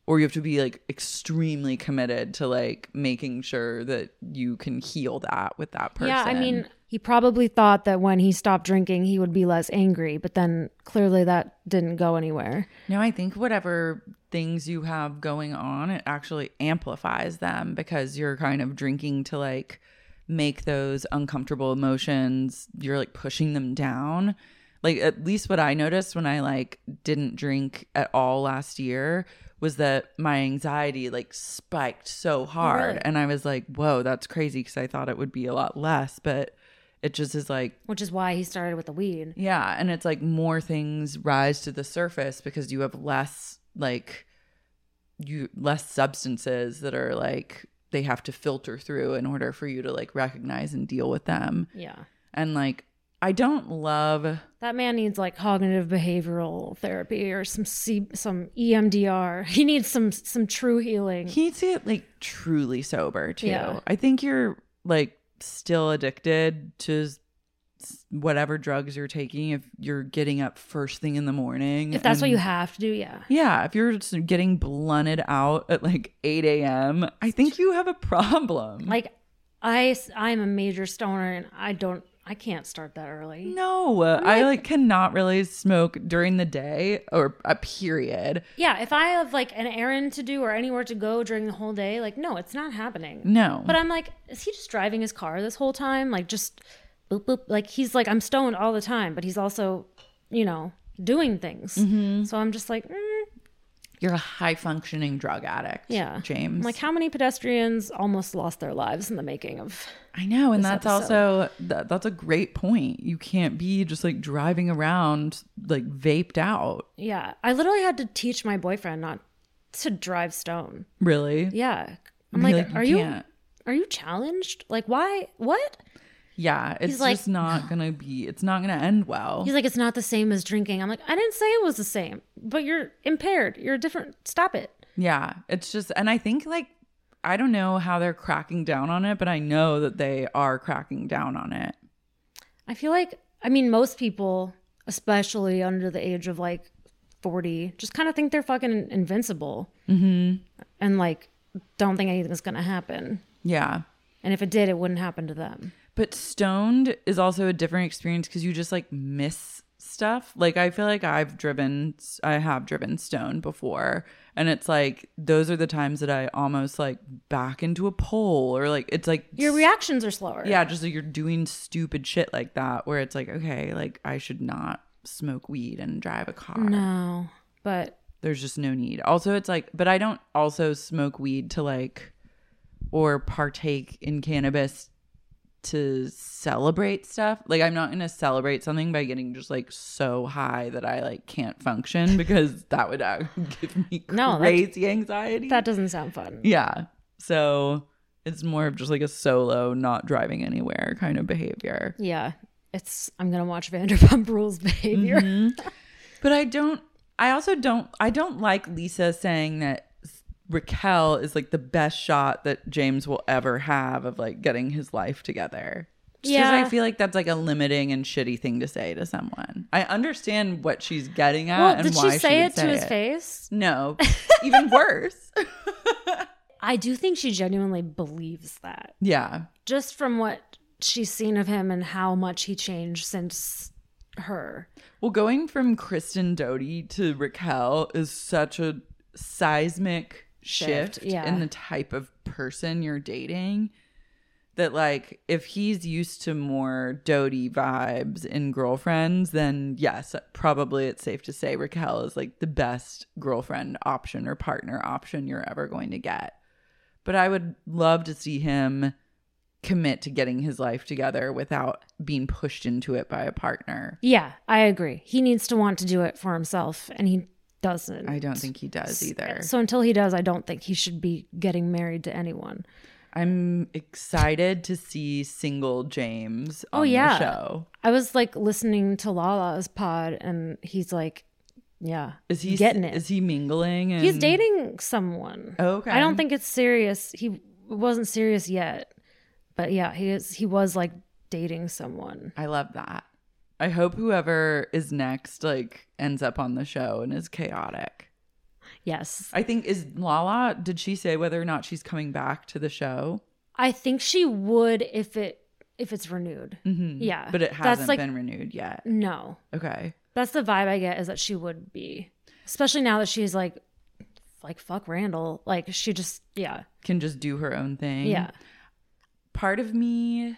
or you have to be like extremely committed to like making sure that you can heal that with that person. yeah. I mean, he probably thought that when he stopped drinking, he would be less angry, but then clearly that didn't go anywhere. no, I think whatever things you have going on, it actually amplifies them because you're kind of drinking to like make those uncomfortable emotions, you're like pushing them down. Like at least what I noticed when I like didn't drink at all last year was that my anxiety like spiked so hard really? and I was like, "Whoa, that's crazy" because I thought it would be a lot less, but it just is like Which is why he started with the weed. yeah, and it's like more things rise to the surface because you have less like you less substances that are like they have to filter through in order for you to like recognize and deal with them. Yeah, And like I I don't love That man needs like cognitive behavioral therapy or some C- some E EMDR. He needs some some true healing. He needs to get like truly sober too. Yeah. I think you're like still addicted to s- whatever drugs you're taking if you're getting up first thing in the morning. if that's what and- you have to do, yeah. Yeah, if you're just getting blunted out at like 8 a.m., I think you have a problem. Like I s- I'm a major stoner and I don't I can't start that early. no, I like cannot really smoke during the day or a period. Yeah, if I have like an errand to do or anywhere to go during the whole day, like no, it's not happening. No. But I'm like, is he just driving his car this whole time? Like just boop boop. Like he's like I'm stoned all the time, but he's also, you know, doing things. So I'm just like, mm, you're a high functioning drug addict. yeah, James. I'm like how many pedestrians almost lost their lives in the making of? I know, and that's episode. also that, that's a great point. You can't be just like driving around like vaped out, Yeah, I literally had to teach my boyfriend not to drive stone. really. Yeah, I'm You're like, like, are you you can't." are you challenged? Like why? What? Yeah, it's He's like, just not gonna be. It's not gonna end well. He's like, it's not the same as drinking. I'm like, I didn't say it was the same, but you're impaired. You're different. Stop it. yeah, it's just, and I think like I don't know how they're cracking down on it, but I know that they are cracking down on it. I feel like, I mean, most people, especially under the age of like 40, just kind of think they're fucking invincible Mm-hmm. and like don't think anything's going to happen. Yeah, And if it did, it wouldn't happen to them. But stoned is also a different experience because you just like miss stuff. Like I feel like I've driven, I have driven stoned before, and it's like those are the times that I almost like back into a pole or like it's like Your reactions are slower. yeah, just like you're doing stupid shit like that where it's like okay, like I should not smoke weed and drive a car. No, but There's just no need. Also, it's like, but I don't also smoke weed to like or partake in cannabis to celebrate stuff. Like, I'm not going to celebrate something by getting just like so high that I like can't function because that would uh, give me No, that- crazy anxiety. that doesn't sound fun. yeah. So it's more of just like a solo, not driving anywhere kind of behavior. Yeah. It's, I'm going to watch Vanderpump Rules behavior. Mm-hmm. But I don't. I also don't. I don't like Lisa saying that Raquel is like the best shot that James will ever have of like getting his life together. Just 'cause Yeah. I feel like that's like a limiting and shitty thing to say to someone. I understand what she's getting at Well, and did why she say would it to his face? No, even worse. I do think she genuinely believes that. Yeah, just from what she's seen of him and how much he changed since her. Well, going from Kristen Doty to Raquel is such a seismic shift, Shift, yeah. in the type of person you're dating. That like if he's used to more Doty vibes in girlfriends, then yes, probably it's safe to say Raquel is like the best girlfriend option or partner option you're ever going to get. But I would love to see him commit to getting his life together without being pushed into it by a partner. Yeah, I agree. He needs to want to do it for himself and he doesn't. I don't think he does either. So until he does, I don't think he should be getting married to anyone. I'm excited to see single James on Oh, yeah. the show. I was like listening to Lala's pod and he's like, yeah. Is he getting it? Is he mingling? And, He's dating someone. Oh, okay. I don't think it's serious. He wasn't serious yet. But yeah, he is he was like dating someone. I love that. I hope whoever is next like ends up on the show and is chaotic. Yes. I think is Lala. Did she say whether or not she's coming back to the show? I think she would if it if it's renewed. Mhm. Yeah, but it that's hasn't like- been renewed yet. No, Okay, that's the vibe I get is that she would be, especially now that she's like, like fuck Randall. Like she just yeah can just do her own thing. yeah. part of me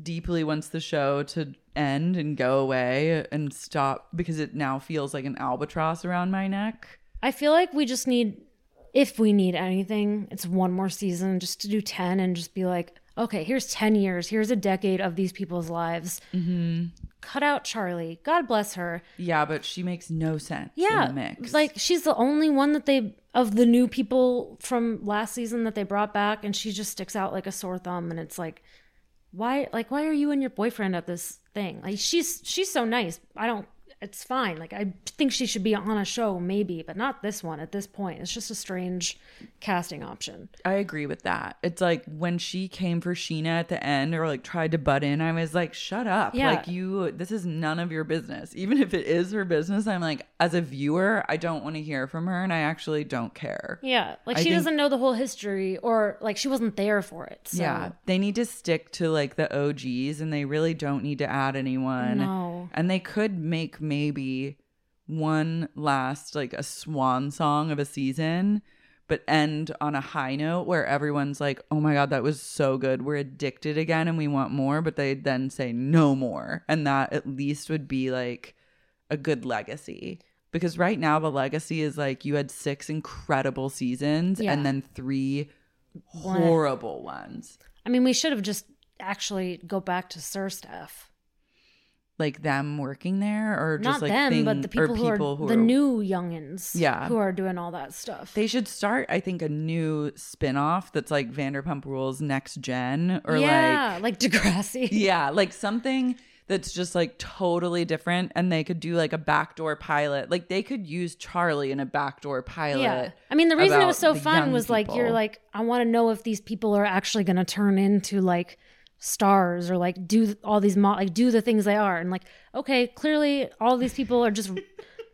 deeply wants the show to end and go away and stop because it now feels like an albatross around my neck. I feel like we just need if we need anything, it's one more season just to do ten and just be like, okay, here's ten years, here's a decade of these people's lives. Mm-hmm. Cut out Charlie. God bless her. Yeah, but she makes no sense yeah, in the mix. Like she's the only one that they of the new people from last season that they brought back, and she just sticks out like a sore thumb. And it's like, why like why are you and your boyfriend at this thing like she's she's so nice i don't it's fine like i think she should be on a show maybe but not this one at this point it's just a strange casting option I agree with that. It's like when she came for Sheena at the end or like tried to butt in, I was like, shut up. Yeah. Like, you, this is none of your business. Even if it is her business, I'm like, as a viewer, I don't want to hear from her and I actually don't care. yeah like I she think- doesn't know the whole history or like she wasn't there for it so. Yeah. They need to stick to like the OGs and they really don't need to add anyone. No. And they could make maybe one last like a swan song of a season, but end on a high note where everyone's like, oh my God, that was so good. We're addicted again and we want more. But they then say no more. And that at least would be like a good legacy. Because right now, the legacy is like you had six incredible seasons Yeah. and then three One- horrible ones. i mean we should have just actually go back to sir stuff like them working there or just not like them thing- but the or people, who, are, the new youngins Yeah. who are doing all that stuff they should start i think a new spin-off that's like vanderpump rules next gen or like yeah like, degrassi yeah like something that's just like totally different and they could do like a backdoor pilot like they could use charlie in a backdoor pilot I mean, the reason it about was so the fun young was like, you're people. like, I want to know if these people are actually going to turn into like stars or like do th- all these, mo- like do the things they are. And like, okay, clearly all these people are just,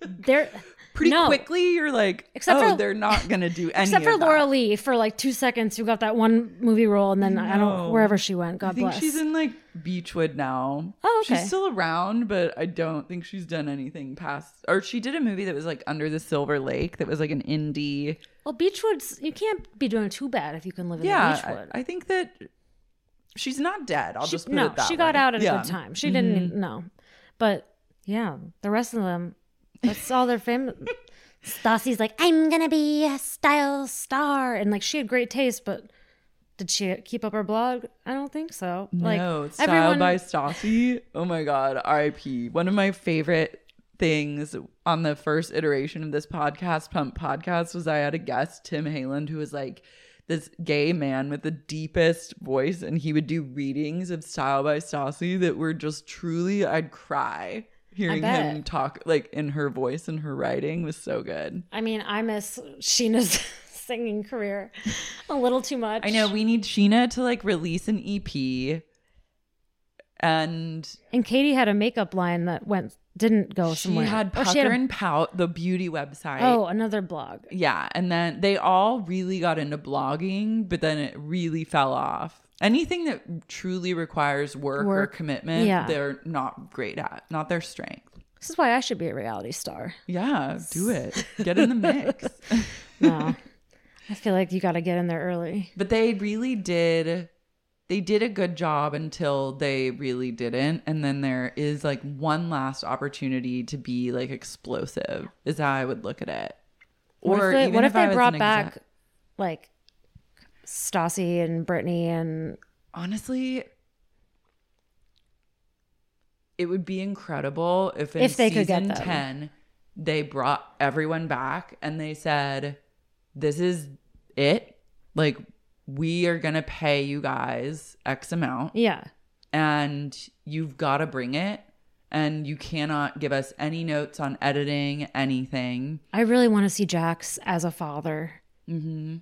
they're pretty no. quickly you're like Except oh for- they're not gonna do any Except for of that. Laura Lee for like two seconds, who got that one movie role, and then I No. don't wherever she went. I God Oh. think bless. she's in like Beechwood now. Oh, okay. She's still around, but I don't think she's done anything past. Or she did a movie that was like Under the Silver Lake that was like an indie. well, Beechwood's you can't be doing too bad if you can live in yeah, Beechwood. I, I think that she's not dead. I'll She- just put no, it that she got way. out at Yeah. Mm-hmm. a good time. She didn't no, but yeah, the rest of them, that's all their family. Stassi's like, I'm gonna be a style star, and like she had great taste, but did she keep up her blog? I don't think so. Like no, Style by Stassi. Oh my God, RIP. One of my favorite things on the first iteration of this podcast, Pump Podcast, was I had a guest, Tim Haland, who was like this gay man with the deepest voice, and he would do readings of Style by Stassi that were just truly, I'd cry hearing him bet. talk, like in her voice and her writing was so good. I mean, I miss Sheena's singing career a little too much. I know we need Sheena to like release an EP and and Katie had a makeup line that went didn't go she somewhere. had Or Pucker a- and Pout, the beauty website. oh another blog. yeah. And then they all really got into blogging, but then it really fell off. Anything that truly requires work, or Work. commitment, Yeah. they're not great at, not their strength. This is why I should be a reality star. Yeah, do it. Get in the mix. No. I feel like you got to get in there early. but they really did they did a good job until they really didn't and then there is like one last opportunity to be like explosive is how i would look at it What if they, even what if I they was an brought exec- back like Stassi and Brittany and honestly it would be incredible if in If they could get season them. 10 they brought everyone back and they said this is it like we are going to pay you guys x amount yeah, and you've got to bring it and you cannot give us any notes on editing anything I really want to see Jax as a father. Mm-hmm.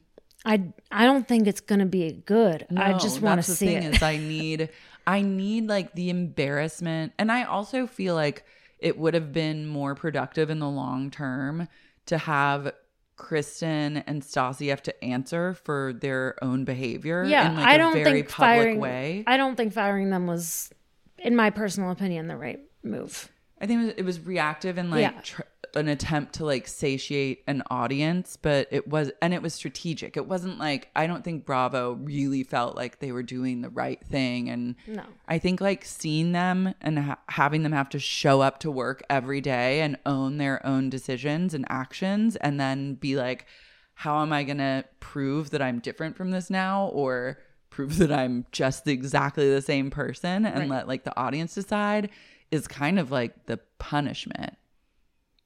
I I don't think it's gonna be good. I No, just want that's to the see thing it. is i need i need like the embarrassment and i also feel like it would have been more productive in the long term to have kristen and stassi have to answer for their own behavior yeah, in like I a don't very think public firing. way I don't think firing them was, in my personal opinion, the right move. I think it was, it was reactive and like Yeah. tr- an attempt to like satiate an audience, but it was and it was strategic. It wasn't like I don't think Bravo really felt like they were doing the right thing and No. I think like seeing them and ha- having them have to show up to work every day and own their own decisions and actions and then be like how am I going to prove that I'm different from this now or prove that I'm just exactly the same person and let like the audience decide is kind of like the punishment.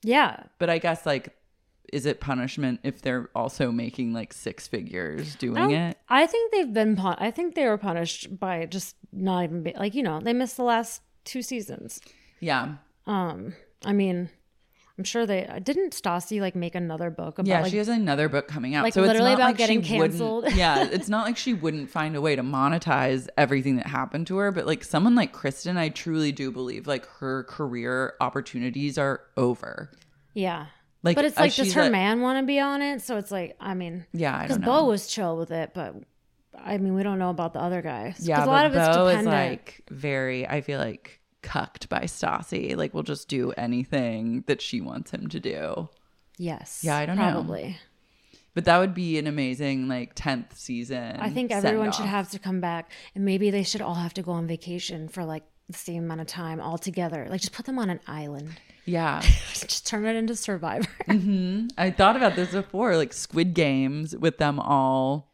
Yeah, But I guess like is it punishment if they're also making like six figures I doing don't- it? Oh, I think they've been. Pun- I think they were punished by just not even be- like you know they missed the last two seasons. Yeah. Um, I mean, I'm sure they didn't Stassi like make another book about Yeah, like, she has another book coming out. like, so it's literally not about like she getting wouldn't- canceled. yeah, it's not like she wouldn't find a way to monetize everything that happened to her, but like someone like Kristen, I truly do believe like her career opportunities are over. yeah. Like, but it's uh, like, does she's her a- man want to be on it? So it's like, I mean, Yeah, I because don't know. Bo was chill with it, but I mean, we don't know about the other guys. 'Cause Yeah, a lot of but it's Bo dependent. is like very. I feel like cucked by Stassi. Like, will just do anything that she wants him to do. yes, Yeah, I don't know. probably. But that would be an amazing like tenth season. I think everyone should send-off. have to come back, and maybe they should all have to go on vacation for like the same amount of time all together. Like, just put them on an island. Yeah, just turn it into Survivor. I thought about this before. Like Squid Games with them all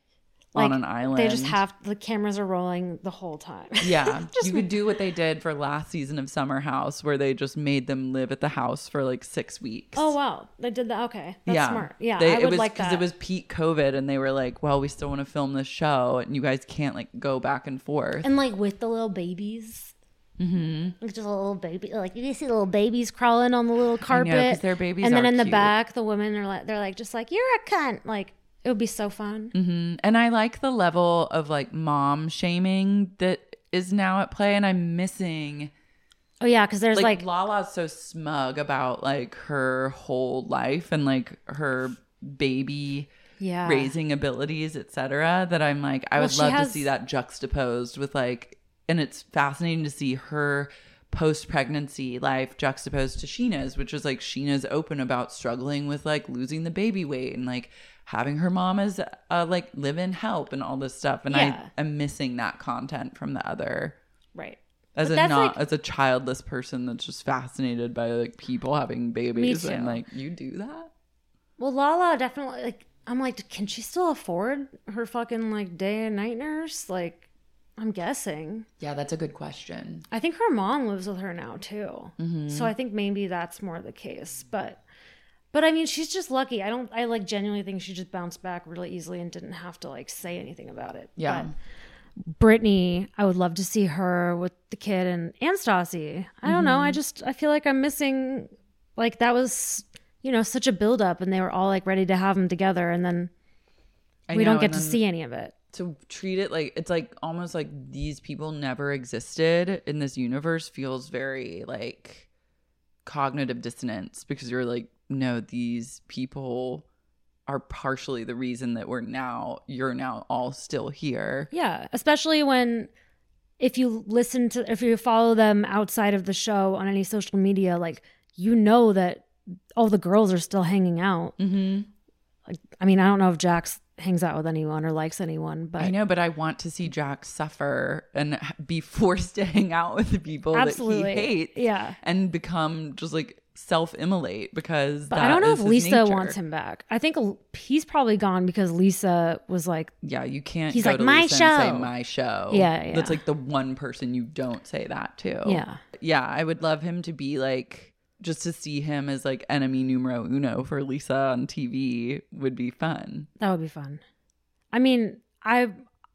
like, on an island. They just have the cameras are rolling the whole time. Yeah, you could do what they did for last season of Summer House, where they just made them live at the house for like six weeks. Oh wow, they did that. Okay, that's smart. Yeah, They- I would it was like that. it was peak COVID, and they were like, "Well, we still want to film this show, and you guys can't like go back and forth." and like with the little babies. Mm-hmm. Like just a little baby, like you see the little babies crawling on the little carpet. 'cause their babies and then are in the cute. back, the women are like, they're like, just like you're a cunt. Like it would be so fun. Mm-hmm. And I like the level of like mom shaming that is now at play, and I'm missing. Oh yeah, because there's like, like, Lala's so smug about like her whole life and like her baby yeah, raising abilities, etc. That I'm like, I Well, would she love has- to see that juxtaposed with like, and it's fascinating to see her post pregnancy life juxtaposed to Sheena's, which is like Sheena's open about struggling with like losing the baby weight and like having her mom as uh, like live in help and all this stuff. And Yeah. I am missing that content from the other. right. As But a that's, not like- as a childless person that's just fascinated by like people having babies and too. like you do that. Well, Lala definitely like I'm like, can she still afford her fucking like day and night nurse? Like, I'm guessing. Yeah, that's a good question. I think her mom lives with her now too. Mm-hmm. So I think maybe that's more the case. But but I mean she's just lucky. I don't I like genuinely think she just bounced back really easily and didn't have to like say anything about it. Yeah. But Brittany, I would love to see her with the kid and, and Stassi. I don't know. I Mm-hmm. just I feel like I'm missing like that was you know such a build up and they were all like ready to have them together and then I we don't know, get and to then- see any of it. to treat it like it's like almost like these people never existed in this universe feels very like cognitive dissonance because you're like no these people are partially the reason that we're now you're now all still here Yeah, especially when if you listen to if you follow them outside of the show on any social media, like you know that all the girls are still hanging out. mm-hmm. Like, I mean, I don't know if Jax hangs out with anyone or likes anyone, but i know but i want to see jack suffer and h- be forced to hang out with the people absolutely, that he hates yeah. and become just like self-immolate because But that I don't know is if his Lisa nature. wants him back. I think l- he's probably gone because Lisa was like, Yeah, you can't. He's go like, to "My Lisa and show." say my show. Yeah, yeah. That's like the one person you don't say that to. yeah, yeah. I would love him to be like, just to see him as like enemy numero uno for Lisa on TV would be fun. that would be fun. I mean, I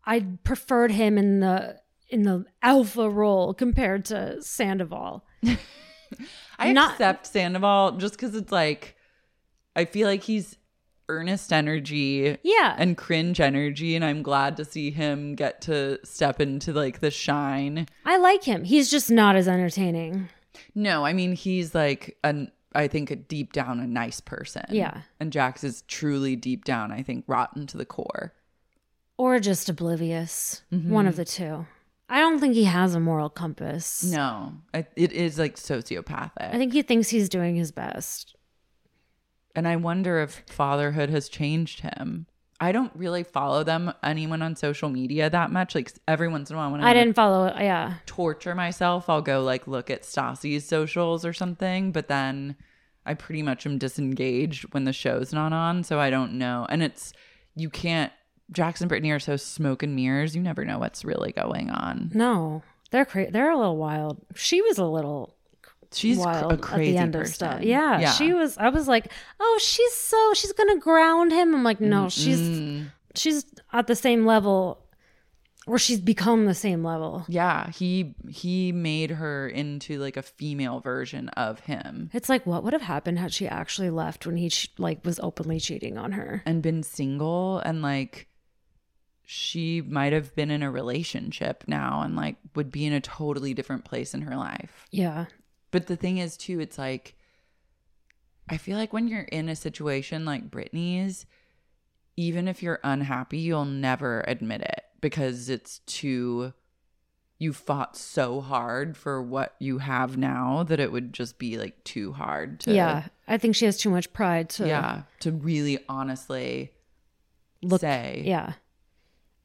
I preferred him in the in the alpha role compared to Sandoval. I Not- accept Sandoval just because it's like, I feel like he's earnest energy Yeah, and cringe energy, and I'm glad to see him get to step into like the shine. I like him. He's just not as entertaining. No, I mean he's like an I think a deep down a nice person. Yeah. And Jax is truly deep down, I think, rotten to the core. Or just oblivious. Mm-hmm. One of the two. I don't think he has a moral compass. No. I, it is like sociopathic. I think he thinks he's doing his best. and I wonder if fatherhood has changed him. I don't really follow them anyone on social media that much. Like every once in a while when I, I wanna didn't follow it. Yeah. torture myself, I'll go like look at Stassi's socials or something, but then I pretty much am disengaged when the show's not on, so I don't know. And it's you can't Jackson Brittany are so smoke and mirrors, you never know what's really going on. No. They're cra- they're a little wild. She was a little She's cr- wild a crazy at the end person. of stuff. Yeah, Yeah. she was. I was like, oh, she's so she's gonna ground him. I'm like, no, she's she's at the same level, or she's become the same level. Yeah, he he made her into like a female version of him It's like, what would have happened had she actually left when he ch- like was openly cheating on her? and been single and like she might have been in a relationship now and like would be in a totally different place in her life. Yeah, But the thing is, too, it's like, I feel like when you're in a situation like Britney's, even if you're unhappy, you'll never admit it because it's too, you fought so hard for what you have now that it would just be like too hard to, yeah. I think she has too much pride to yeah, to really honestly look. say, Yeah,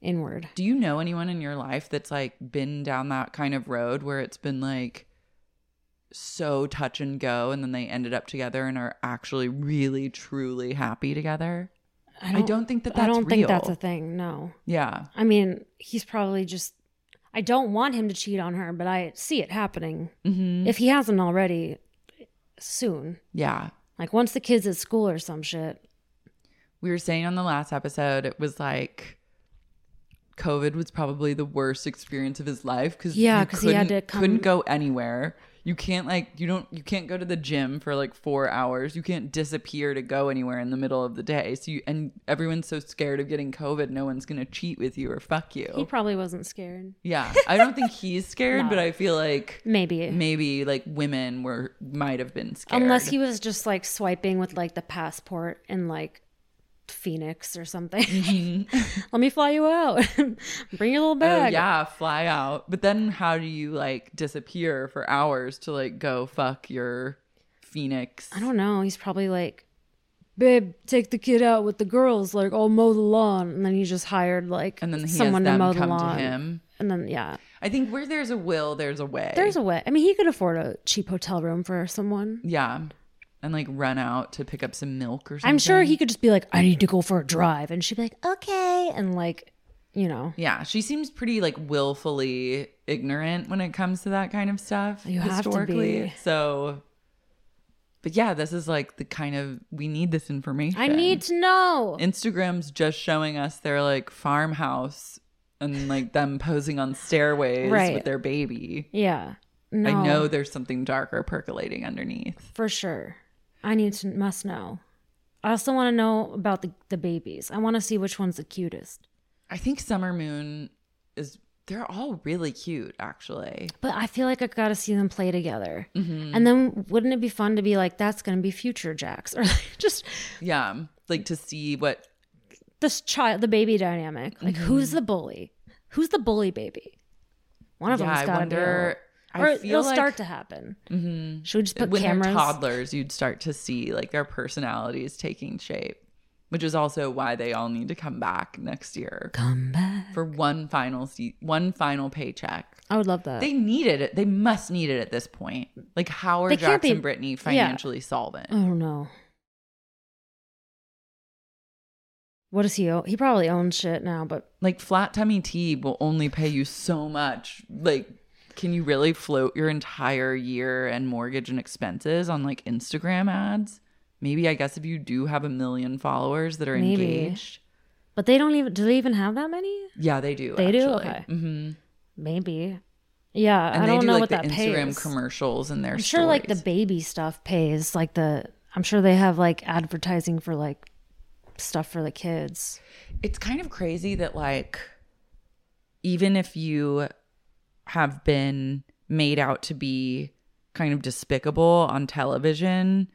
inward. Do you know anyone in your life that's like been down that kind of road where it's been like so touch and go and then they ended up together and are actually really truly happy together? I don't, think that that's I don't think that's real. a thing. No, Yeah. I mean, he's probably just. I don't want him to cheat on her, but I see it happening. hmm If he hasn't already, soon. Yeah. Like once the kid's at school or some shit. We were saying on the last episode it was like COVID was probably the worst experience of his life cuz Yeah, 'cause he had to come- couldn't go anywhere. You can't like you don't you can't go to the gym for like 4 hours. You can't disappear to go anywhere in the middle of the day. So you and everyone's so scared of getting COVID, no one's going to cheat with you or fuck you. He probably wasn't scared. yeah. I don't think he's scared, but I feel like Maybe. maybe like women were might have been scared. Unless he was just like swiping with like the passport in like Phoenix or something. Let me fly you out. Bring your little Mm-hmm. Oh bag. yeah, fly out. But then how do you like disappear for hours to like go fuck your phoenix? I don't know. He's probably like, babe, take the kid out with the girls. Like, I'll mow the lawn. And then he just hired like And then he someone has them to mow the come lawn. to him. And then, yeah. I think where there's a will, there's a way. There's a way. I mean, he could afford a cheap hotel room for someone. yeah, and like run out to pick up some milk or something. I'm sure he could just be like, I need to go for a drive. And she'd be like, okay. And like, you know, Yeah, she seems pretty like willfully ignorant when it comes to that kind of stuff. You have to historically. be. So, but yeah, this is like the kind of we need this information. I need to know. Instagram's just showing us their like farmhouse and like them posing on stairways Right. with their baby. yeah. No, I know there's something darker percolating underneath. for sure. I need to, must know. I also want to know about the, the babies. I want to see which one's the cutest. I think Summer Moon is they're all really cute actually. But I feel like I've got to see them play together. Mm-hmm. And then wouldn't it be fun to be like, that's going to be future Jax? Or like, just Yeah, like to see what this child, the baby dynamic. Like, who's Mm-hmm. the bully? Who's the bully baby? One of Yeah, them's I got to be. wonder- a- I Or feel it'll like- Mm-hmm. start to happen. Should we just put when cameras? they're toddlers you'd start to see like their personalities taking shape, which is also why they all need to come back next year Come back. for one final se- one final paycheck. I would love that. They needed it. They must need it at this point. Like, how are They Jackson can't be- and Brittany financially solvent? oh no. What does he own? He probably owns shit now, but Like, flat tummy tea will only pay you so much. Like, can you really float your entire year and mortgage and expenses on like Instagram ads? Maybe I guess if you do have a million followers that are Maybe. engaged. but they don't even. Do they even have that many? Yeah, they do. They do? actually. Okay. hmm Maybe. Yeah, And I they don't do know like what the that Instagram pays. commercials and their I'm sure like the stories. baby stuff pays. Like the I'm sure they have like advertising for like stuff for the kids. it's kind of crazy that like even if you have been made out to be kind of despicable on television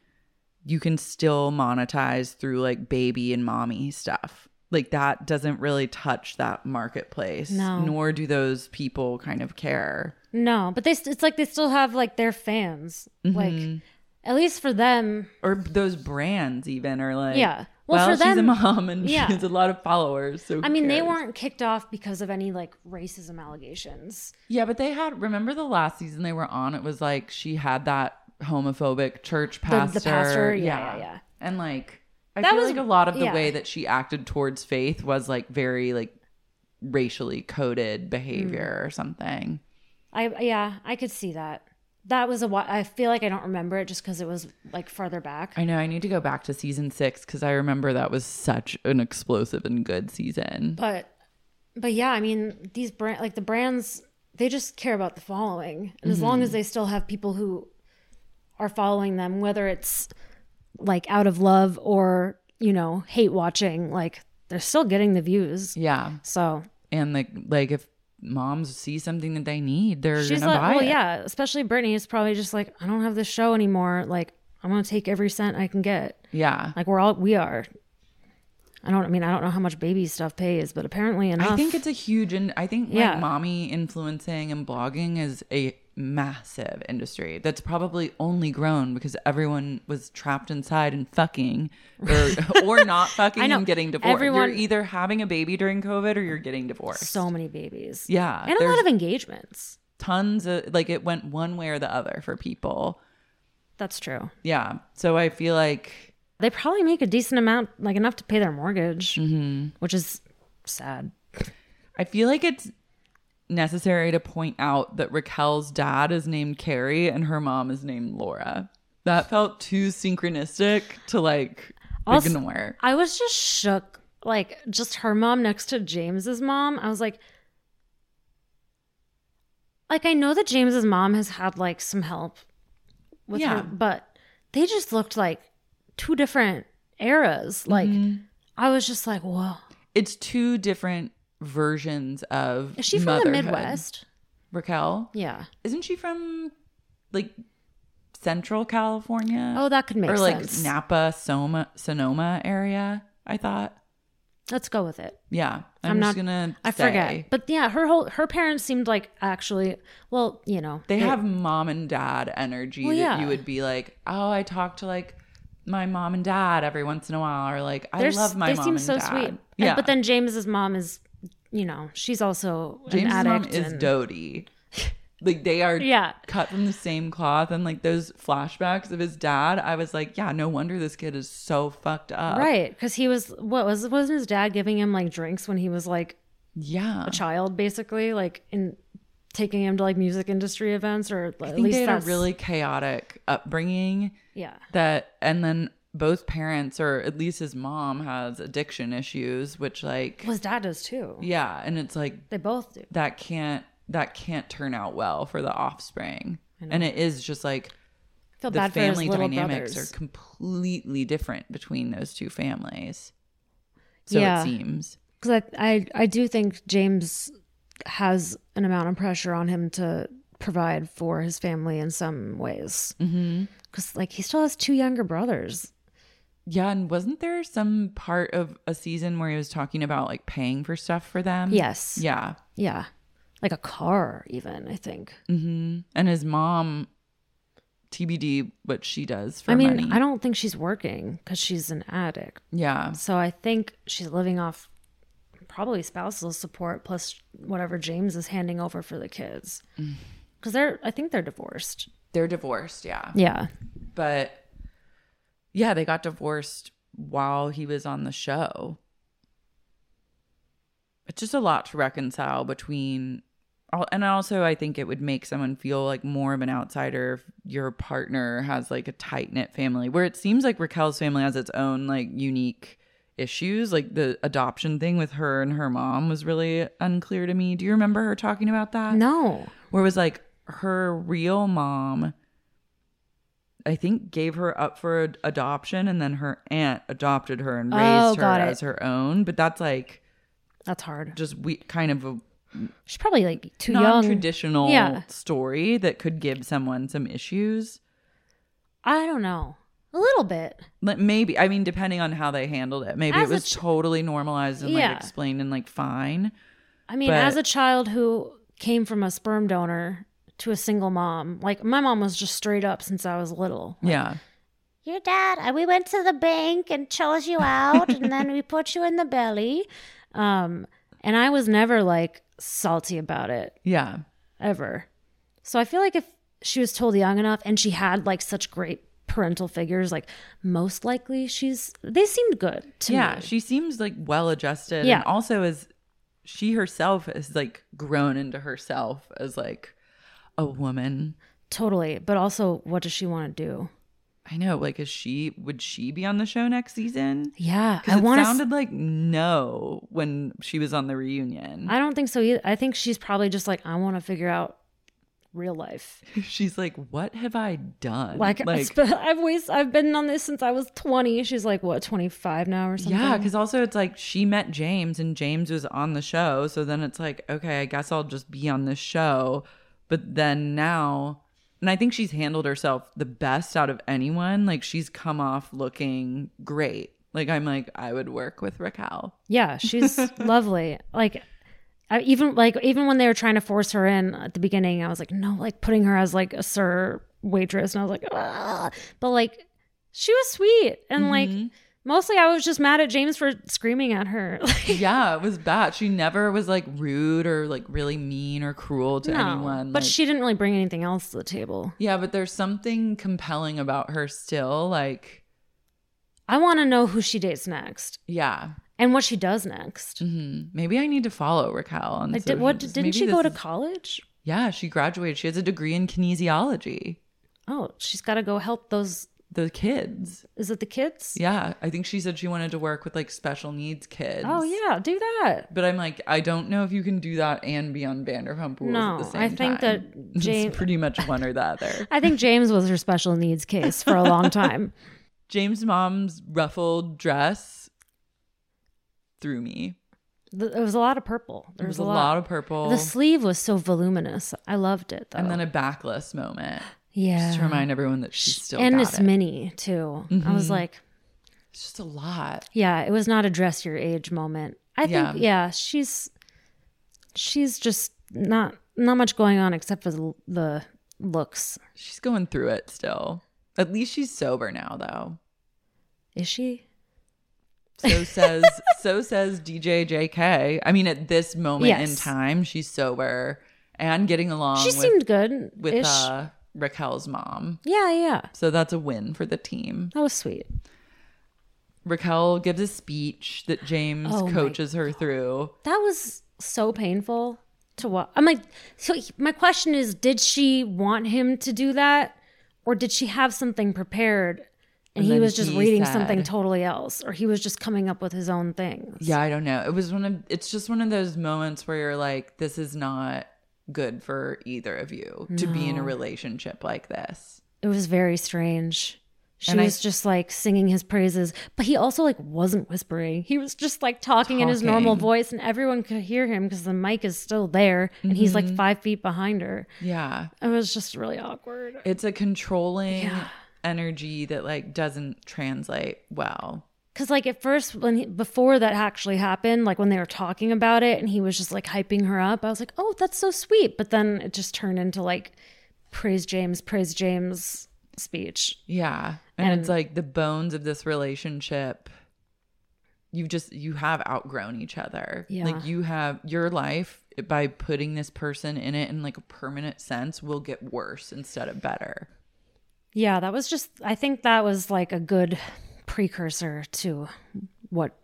you can still monetize through like baby and mommy stuff like that doesn't really touch that marketplace No. nor do those people kind of care No, but they st- it's like they still have like their fans. Like at least for them, or those brands even are like Yeah. well, Well, for she's a them- mom and yeah. she has a lot of followers so I who mean, they cares? weren't kicked off because of any like racism allegations. Yeah, but they had. Remember the last season they were on? It was like she had that homophobic church the pastor. pastor, yeah, yeah, yeah. And like, I That feel was- like a lot of the yeah. way that she acted towards Faith was like very like Mm. racially coded behavior or something. I yeah, I could see that. That was a while. I feel like I don't remember it just because it was like farther back. I know. I need to go back to season six because I remember that was such an explosive and good season. But but yeah, I mean these brand like the brands they just care about the following. And as Mm-hmm. long as they still have people who are following them, whether it's like out of love or, you know, hate watching, like they're still getting the views. yeah. So And like, like if moms see something that they need, they're she's gonna like, buy well, it. yeah, especially Brittany is probably just like, I don't have this show anymore. Like, I'm gonna take every cent I can get. Yeah. Like we're all we are. I don't. I mean, I don't know how much baby stuff pays, but apparently enough. I think it's a huge, and I think Yeah. like mommy influencing and blogging is a massive industry that's probably only grown because everyone was trapped inside and fucking or, or not fucking I know. and getting divorced. Everyone- you're either having a baby during COVID or you're getting divorced. so many babies. Yeah, and a there's- lot of engagements. tons of like it went one way or the other for people. That's true. Yeah. So I feel like They probably make a decent amount, like enough to pay their mortgage, Mm-hmm. which is sad. I feel like it's necessary to point out that Raquel's dad is named Carrie and her mom is named Laura. That felt too synchronistic to like Also- ignore. I was just shook, like just her mom next to James's mom. I was like, like I know that James's mom has had like some help with Yeah. her, but they just looked like two different eras. Like Mm-hmm. I was just like, whoa, It's two different versions of is she from the motherhood. Midwest? Raquel, Yeah. isn't she from like Central California? Oh, that could make or like sense. Napa, Soma, Sonoma area. I thought. Let's go with it. Yeah, I'm, I'm, just not gonna. I say. forget, but yeah, her whole her parents seemed like actually, well, you know, they have mom and dad energy Well, that yeah. you would be like, oh, I talk to like my mom and dad every once in a while, or like I they're s- love my they mom seem and so dad. sweet. And- Yeah, but then James's mom is, you know, she's also James' an mom addict. is and- Dodie. Like they are Yeah. cut from the same cloth, and like those flashbacks of his dad, I was like, yeah, no wonder this kid is so fucked up. Right, because he was what was wasn't his dad giving him like drinks when he was like Yeah. a child, basically, like in taking him to like music industry events or I at think least they had a that's really chaotic upbringing. yeah. that and then both parents or at least his mom has addiction issues which like Well, his dad does too. yeah and it's like They both do. that can't that can't turn out well for the offspring and it is just like I feel the bad for his family little dynamics brothers. are completely different between those two families so Yeah. it seems because I, I I do think James has an amount of pressure on him to provide for his family in some ways. Because Mm-hmm. like he still has two younger brothers. yeah and wasn't there some part of a season where he was talking about like paying for stuff for them Yes. yeah Yeah, like a car even. I think. Mm-hmm. and his mom tbd what she does for I mean, money I don't think she's working because she's an addict. yeah So I think she's living off probably spousal support plus whatever James is handing over for the kids. Mm. Because they're, I think they're divorced. They're divorced, yeah. Yeah. But yeah, they got divorced while he was on the show. It's just a lot to reconcile between al- and also I think it would make someone feel like more of an outsider if your partner has like a tight-knit family where it seems like Raquel's family has its own like unique issues like the adoption thing with her and her mom was really unclear to me. Do you remember her talking about that? No. where it was like her real mom i think gave her up for ad- adoption and then her aunt adopted her and raised Oh, her got it. as her own but that's like That's hard. just we kind of a She's probably like too young. non-traditional Yeah. story that could give someone some issues I don't know. A little bit. Like, maybe i mean depending on how they handled it maybe As it a was ch- totally normalized and Yeah. like explained and like fine I mean, But- as a child who came from a sperm donor to a single mom, like my mom was just straight up since I was little. yeah your dad uh, we went to the bank and chose you out and then we put you in the belly um and i was never like salty about it yeah ever so i feel like if she was told young enough and she had like such great parental figures like most likely she's they seemed good to yeah me she seems like well adjusted Yeah. and also is she herself is like grown into herself as like a woman Totally. But also, what does she want to do? I know. Like, is she? Would she be on the show next season? Yeah. Because I it want to. sounded like no when she was on the reunion. I don't think so either. I think she's probably just like, I want to figure out real life. She's like, "What have I done?" Like, I sp- I've waste, I've been on this since I was 20. She's like, what, 25 now or something? yeah, because also it's like she met James and James was on the show, so then it's like, okay, I guess I'll just be on this show. But then now, and I think she's handled herself the best out of anyone. Like she's come off looking great. Like I'm like I would work with Raquel. Yeah, she's lovely. Like I even like even when they were trying to force her in at the beginning, I was like, no, like putting her as like a sir waitress, and I was like, ah. But like she was sweet, and Mm-hmm. like mostly I was just mad at James for screaming at her. Like, Yeah, it was bad. She never was like rude or like really mean or cruel to no, anyone. but like- she didn't really bring anything else to the table. Yeah, but there's something compelling about her still. Like, I want to know who she dates next yeah. and what she does next. hmm Maybe I need to follow Raquel on Like, social did, what just- didn't maybe she this go to is- college? Yeah, she graduated. She has a degree in kinesiology. Oh, she's got to go help those. The kids. Is it the kids? Yeah, I think she said she wanted to work with like special needs kids. Oh yeah, do that. But I'm like, I don't know if you can do that and be on Vanderpump Rules at No, the same time. I think that It's Jane- pretty much one or the other. I think James was her special needs case for a long time. James' mom's ruffled dress threw me. Th- There was a lot of purple. There There was a lot of purple. The sleeve was so voluminous. I loved it though. and then a backless moment. yeah, Just to remind everyone that she's still and got it's it. Mm-hmm. mini too. I was like, It's just a lot. yeah, it was not a dress your age moment. I Yeah. think yeah, she's she's just not not much going on except for the, the looks. She's going through it still. At least she's sober now, though. Is she? So says so says DJ JK. I mean, at this moment in Yes. time, she's sober and getting along. she with, seemed good. with uh, Raquel's mom. yeah, yeah. So that's a win for the team. That was sweet. Raquel gives a speech that James Oh my coaches her through. That was so painful to watch. I'm like, so he- my question is, did she want him to do that, or did she have something prepared, and, And he then was just he reading said- something totally else, or he was just coming up with his own things? Yeah, I don't know. It was one of it's just one of those moments where you're like, this is not good for either of you to be in a relationship like this. it was very strange. She And I- was just like singing his praises, but he also like wasn't whispering. He was just like talking, in his normal Talking. voice, and everyone could hear him because the mic is still there, and he's Mm-hmm. like five feet behind her. Yeah. It was just really awkward. It's a controlling Yeah. energy that like doesn't translate well. Cause like at first when he, before that actually happened, like when they were talking about it and he was just like hyping her up, I was like, oh, that's so sweet. But then it just turned into like praise James, praise James speech. Yeah. And, And- it's like the bones of this relationship you just you have outgrown each other. Yeah. Like you have your life by putting this person in it in like a permanent sense will get worse instead of better. Yeah, that was just. I think that was like a good precursor to what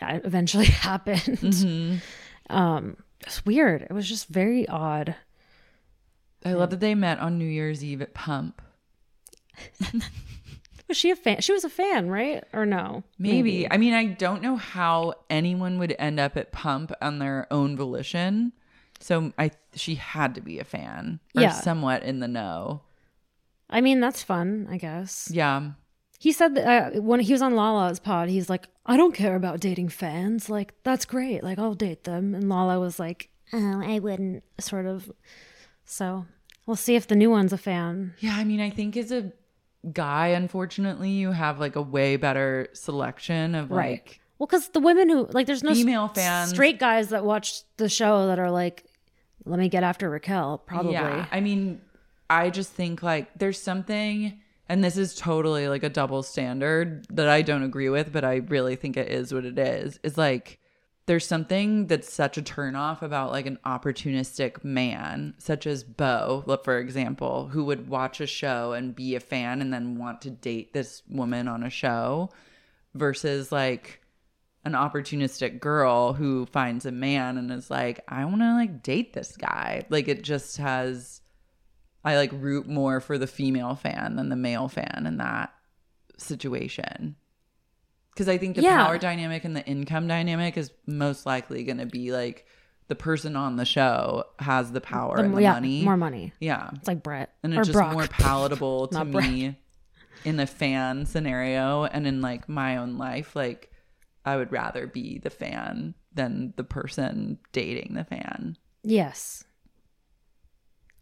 uh, eventually happened. Um, it's weird. It was just very odd. I love that they met on New Year's Eve at Pump. Was she a fan? She was a fan, right? Or no? Maybe. I mean, I don't know how anyone would end up at Pump on their own volition. So I she had to be a fan or Yeah. somewhat in the know. I mean, that's fun, I guess. Yeah. He said that uh, when he was on Lala's pod, he's like, I don't care about dating fans. Like, that's great. Like, I'll date them. And Lala was like, Oh, I wouldn't, sort of. So we'll see if the new one's a fan. Yeah, I mean, I think as a guy, unfortunately, you have like a way better selection of Right. like Well, because the women who, like, there's no s- Female fans. straight guys that watch the show that are like, let me get after Raquel, probably. Yeah, I mean, I just think like there's something, and this is totally like a double standard that I don't agree with, but I really think it is what it is. Is like there's something that's such a turnoff about like an opportunistic man, such as Bo, look, for example, who would watch a show and be a fan and then want to date this woman on a show versus like an opportunistic girl who finds a man and is like, I want to like date this guy. Like it just has I like root more for the female fan than the male fan in that situation. Because I think the Yeah. power dynamic and the income dynamic is most likely going to be like the person on the show has the power and the yeah, money. more money. Yeah. It's like Brett And or it's just Brock. more palatable to Not Brett. me in the fan scenario and in like my own life. Like, I would rather be the fan than the person dating the fan. Yes.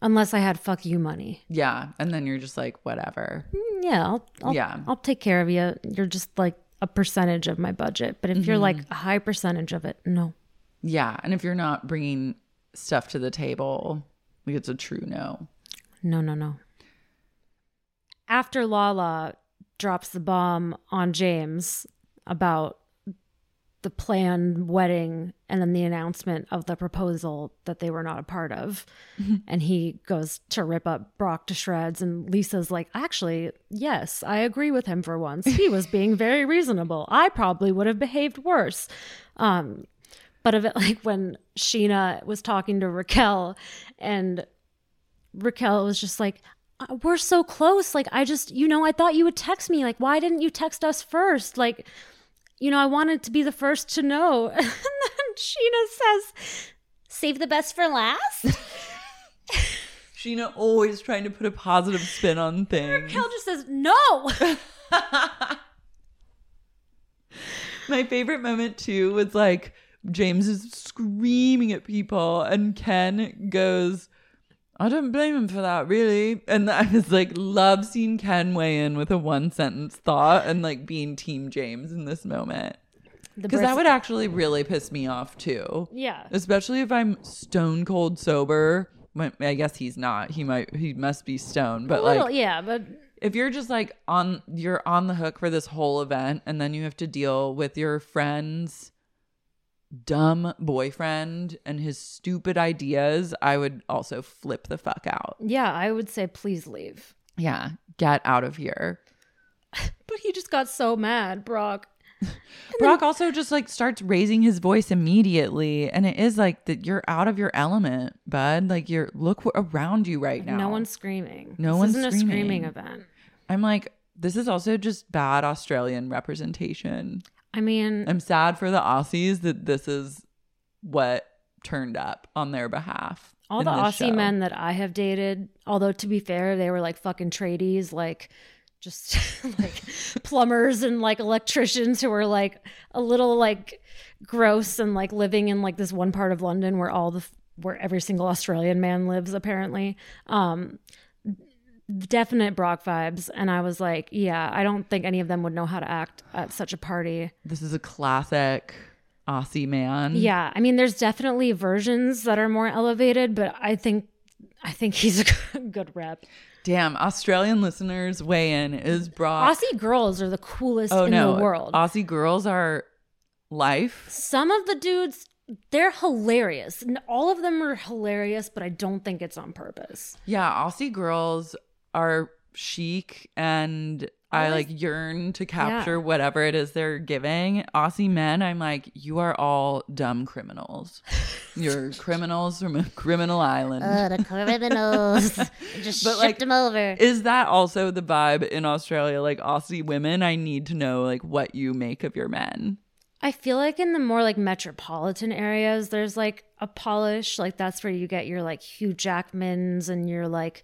Unless I had fuck you money. Yeah. And then you're just like, whatever. Mm, Yeah, I'll, I'll Yeah. I'll take care of you. You're just like a percentage of my budget, but if Mm-hmm. you're like a high percentage of it, no. Yeah. And if you're not bringing stuff to the table, like it's a true no. No, no, no. After Lala drops the bomb on James about the planned wedding and then the announcement of the proposal that they were not a part of. and he goes to rip up Brock to shreds. And Lisa's like, actually, yes, I agree with him for once. He was being very reasonable. I probably would have behaved worse. Um, but of it, like when Sheena was talking to Raquel and Raquel was just like, "Uh, "We're so close. Like, I just, you know, I thought you would text me. Like, why didn't you text us first? Like, you know, I wanted to be the first to know." and then Sheena says, "Save the best for last." Sheena always trying to put a positive spin on things. Raquel just says, "No." My favorite moment too was like James is screaming at people, and Ken goes, I don't blame him for that, really. And I was like, love seeing Ken weigh in with a one sentence thought and like being Team James in this moment. The Because that birth- would actually really piss me off too. Yeah. Especially if I'm stone cold sober. Well, I guess he's not. He might, he must be stoned, but a little, like, yeah, but if you're just like on you're on the hook for this whole event and then you have to deal with your friend's dumb boyfriend and his stupid ideas, I would also flip the fuck out. yeah, I would say, please leave. Yeah, get out of here. But he just got so mad, Brock. Brock also just like starts raising his voice immediately and it is like that you're out of your element, bud. Like you're look wh- around you right now. No one's screaming. No this one's isn't a screaming. screaming event. I'm like this is also just bad Australian representation. I mean, I'm sad for the Aussies that this is what turned up on their behalf. All in the this Aussie show. men that I have dated, although to be fair, they were like fucking tradies, like just like plumbers and like electricians who were like a little like gross and like living in like this one part of London where all the where every single Australian man lives apparently. Um definite Brock vibes and I was like, yeah, I don't think any of them would know how to act at such a party. This is a classic Aussie man. Yeah, I mean, there's definitely versions that are more elevated, but I think I think he's a good rep. Damn, Australian listeners weigh in. Is Brock. Oh, Aussie girls are the coolest in the world. Aussie girls are life. Some of the dudes, they're hilarious. And all of them are hilarious, but I don't think it's on purpose. Yeah, Aussie girls are chic and. I like yearn to capture whatever it is they're giving. Aussie men, I'm like, you are all dumb criminals. You're criminals from a criminal island. Uh, Oh, the criminals. Just But, shipped like, them over. Is that also the vibe in Australia? Like Aussie women, I need to know like what you make of your men. I feel like in the more like metropolitan areas, there's like a polish, like that's where you get your like Hugh Jackmans and your like,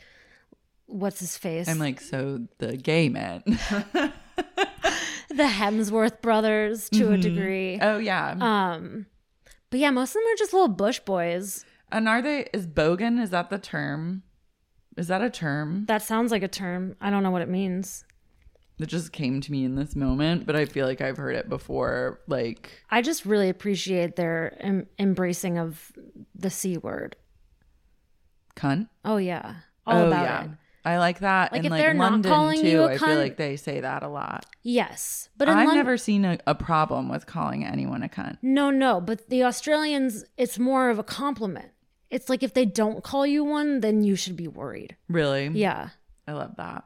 what's his face? I'm like, so the gay men. the Hemsworth brothers to a degree. oh yeah. Um, but yeah, most of them are just little bush boys. and are they is bogan? Is that the term? Is that a term That sounds like a term. I don't know what it means. that just came to me in this moment? But I feel like I've heard it before. Like I just really appreciate their em- embracing of the c word. cunt. Oh yeah, all oh about yeah. it. I like that. Like, and if like they're not London calling too. you a I feel cunt- like they say that a lot. Yes, but But in I've Lon- never seen a, a problem with calling anyone a cunt. No, no, but the Australians, it's more of a compliment. It's like if they don't call you one, then you should be worried. Really? Yeah. I love that.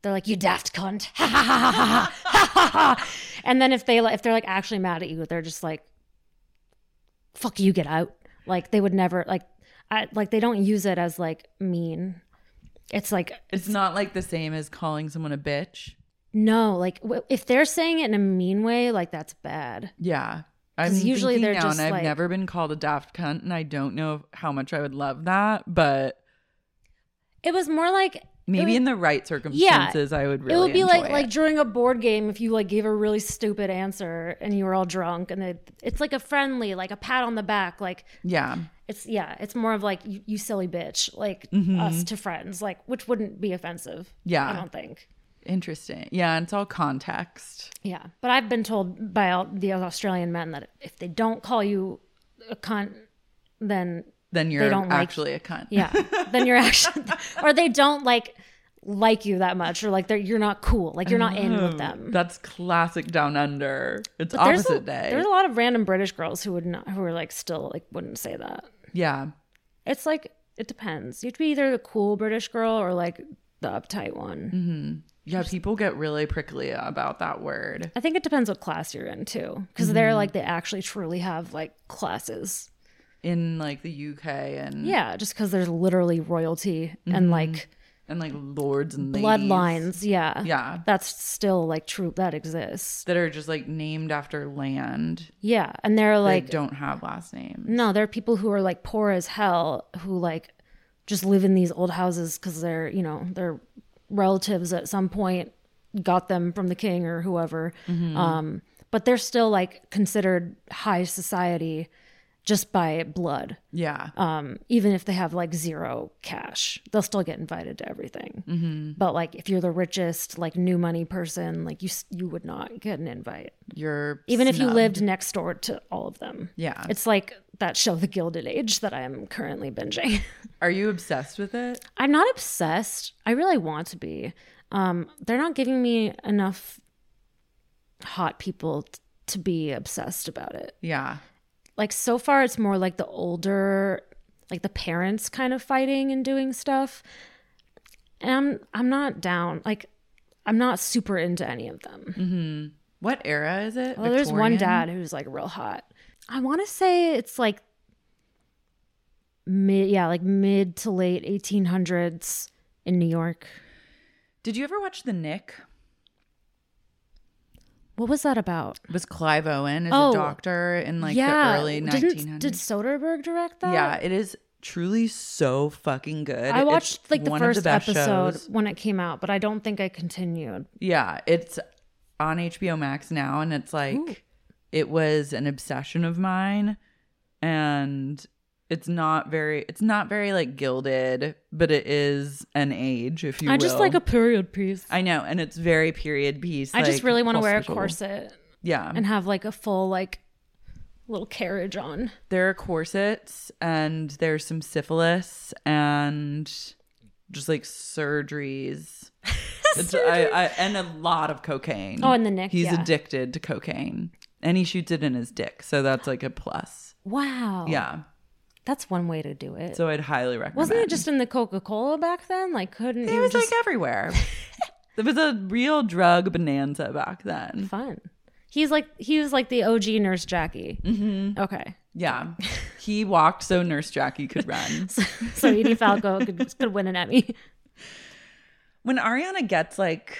They're like, you daft cunt. Ha ha ha ha ha ha ha ha. And then if they li- if they're like actually mad at you, they're just like, fuck you, get out. Like they would never like I like they don't use it as like mean. It's like It's not like the same as calling someone a bitch. no, like w- if they're saying it in a mean way, like that's bad. Yeah. 'Cause usually thinking they're now, just, and I've like- never been called a daft cunt, and I don't know if- how much I would love that, but It was more like maybe was- in the right circumstances, I would really. it would be enjoy like it. like during a board game if you like gave a really stupid answer and you were all drunk and they, it's like a friendly, like a pat on the back, like yeah, it's yeah, it's more of like you, you silly bitch, like us to friends, like which wouldn't be offensive. Mm-hmm. Yeah. I don't think. interesting. Yeah, and it's all context. Yeah, but I've been told by all the Australian men that if they don't call you a cunt, then Then you're don't like- actually a cunt. yeah, then you're actually, or they don't like like you that much, or like they're you're not cool, like you're not in with them. Oh, that's classic down under. It's But there's opposite a, day. There's a lot of random British girls who would not, who are like still like wouldn't say that. yeah, It's like it depends. You'd be either the cool British girl or like the uptight one. yeah. People get really prickly about that word. I think it depends what class you're in too, because Mm-hmm. they're like they actually truly have like classes. in like the UK and Yeah, just because there's literally royalty and like and like lords and Mm-hmm. ladies bloodlines. Yeah. Yeah. That's still like true. That exists. that are just like named after land. Yeah. And they're Like like, don't have last names. no, there are people who are like poor as hell who like just live in these old houses because they're, you know, their relatives at some point got them from the king or whoever. Mm-hmm. Um, but they're still like considered high society just by blood. Yeah. um, even if they have like zero cash, they'll still get invited to everything. But like if you're the richest, like new money person, like you s- you would not get an invite, You're even if you snubbed. lived next door to all of them. Yeah. it's like that show, The Gilded Age, that I am currently binging. Are you obsessed with it? I'm not obsessed. I really want to be. Um, they're not giving me enough hot people t- to be obsessed about it Yeah. like so far it's more like the older like the parents kind of fighting and doing stuff and i'm i'm not down like i'm not super into any of them What era is it? well, there's one Mm-hmm. Victorian? dad who's like real hot i want to say it's like mid yeah like mid to late 1800s in new york Did you ever watch The Nick? what was that about It was Clive Owen as a Oh. doctor in like the early 1900s. Didn't, did soderbergh direct that yeah, it is truly so fucking good. I It's watched like the one of first best episode shows. when it came out, but I don't think I continued. Yeah, it's on HBO Max now, and it's like it was an obsession of mine, and it's not very, it's not very like gilded, but it is an age, if you I will. just like a period piece. I, I know, and it's very period piece. just like, really want to wear a hospital. corset Yeah, and have like a full like little carriage on. there are corsets, and there's some syphilis, and just like surgeries. It's, I, I, and a lot of cocaine. Oh, and the Nick, He's yeah. addicted to cocaine, and he shoots it in his dick, so that's like a plus. Wow. Yeah, That's one way to do it. so I'd highly recommend. Wasn't it just in the Coca Cola back then? Like, couldn't It you was just like everywhere. there was a real drug bonanza back then. fun? He's like he was like the OG Nurse Jackie. Mm-hmm. Okay, Yeah, he walked so Nurse Jackie could run. so Edie Falco could, could win an Emmy. when Ariana gets like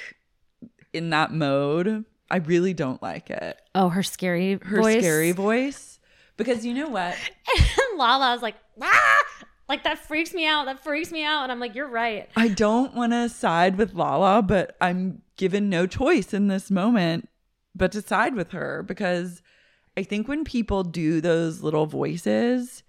in that mode, I really don't like it. Oh, her scary Her scary voice. Because you know what? and Lala was like, ah! like that freaks me out. That freaks me out. And I'm like, you're right. I don't want to side with Lala, but I'm given no choice in this moment but to side with her because I think when people do those little voices,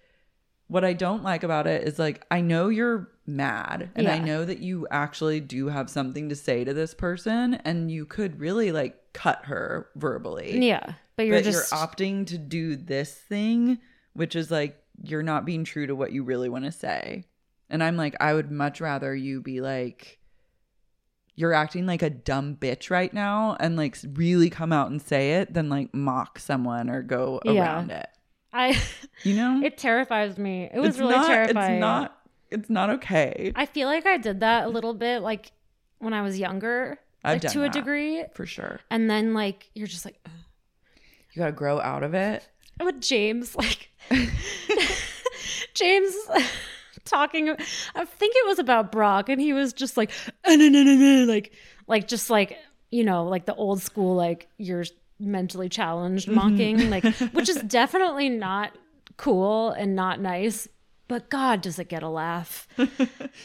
what I don't like about it is like, I know you're mad and I Yeah. know that you actually do have something to say to this person and you could really like cut her verbally. Yeah, but you're but just you're opting to do this thing, which is like you're not being true to what you really want to say. And I'm like, I would much rather you be like, you're acting like a dumb bitch right now and like really come out and say it than like mock someone or go Yeah. around it. I. You know? It terrifies me. It was Mm-hmm. It's really not, terrifying. It's not it's not okay. I feel like I did that a little bit, like when I was younger, I've like done to that. a degree, for sure. and then like you're just like "Ugh." You gotta grow out of it. with James, like James talking. I think it was about Brock, and he was just like, "Uh, no, no, no, no," like, like just like you know, like the old school, like you're mentally challenged Mm-hmm. mocking, like, which is definitely not cool and not nice. But God, does it get a laugh?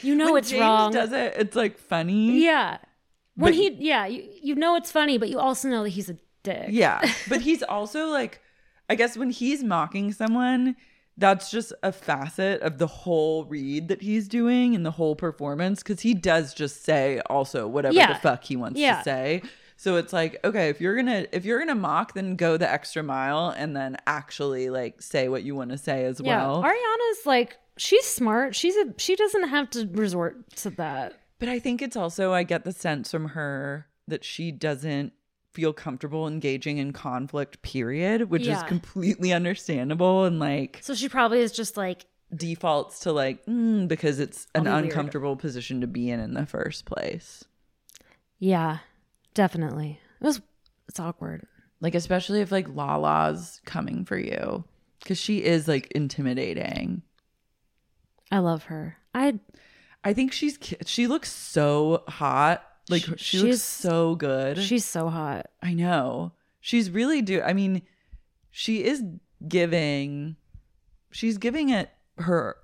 You know When it's James wrong. Does it? It's like funny. Yeah. When But- he, yeah, you, you know it's funny, but you also know that he's a dick. Yeah. But he's also like, I guess when he's mocking someone, that's just a facet of the whole read that he's doing and the whole performance because he does just say also whatever Yeah. the fuck he wants Yeah. to say. So it's like, okay, if you're gonna if you're gonna mock, then go the extra mile and then actually like say what you want to say as Yeah. well. Ariana's like, she's smart. She's a, she doesn't have to resort to that. But I think it's also, I get the sense from her that she doesn't feel comfortable engaging in conflict, period, which is Yeah. completely understandable and like So she probably is just like, defaults to like, mm, because it's an I'll be weird. uncomfortable position to be in in the first place. yeah, definitely. It was, it's awkward. Like, especially if like Lala's coming for you because she is like intimidating. I love her. I, I think she's, ki- she looks so hot. Like, She- she, looks she's- so good. she's so hot. I know. She's really do I mean, she is giving she's giving it her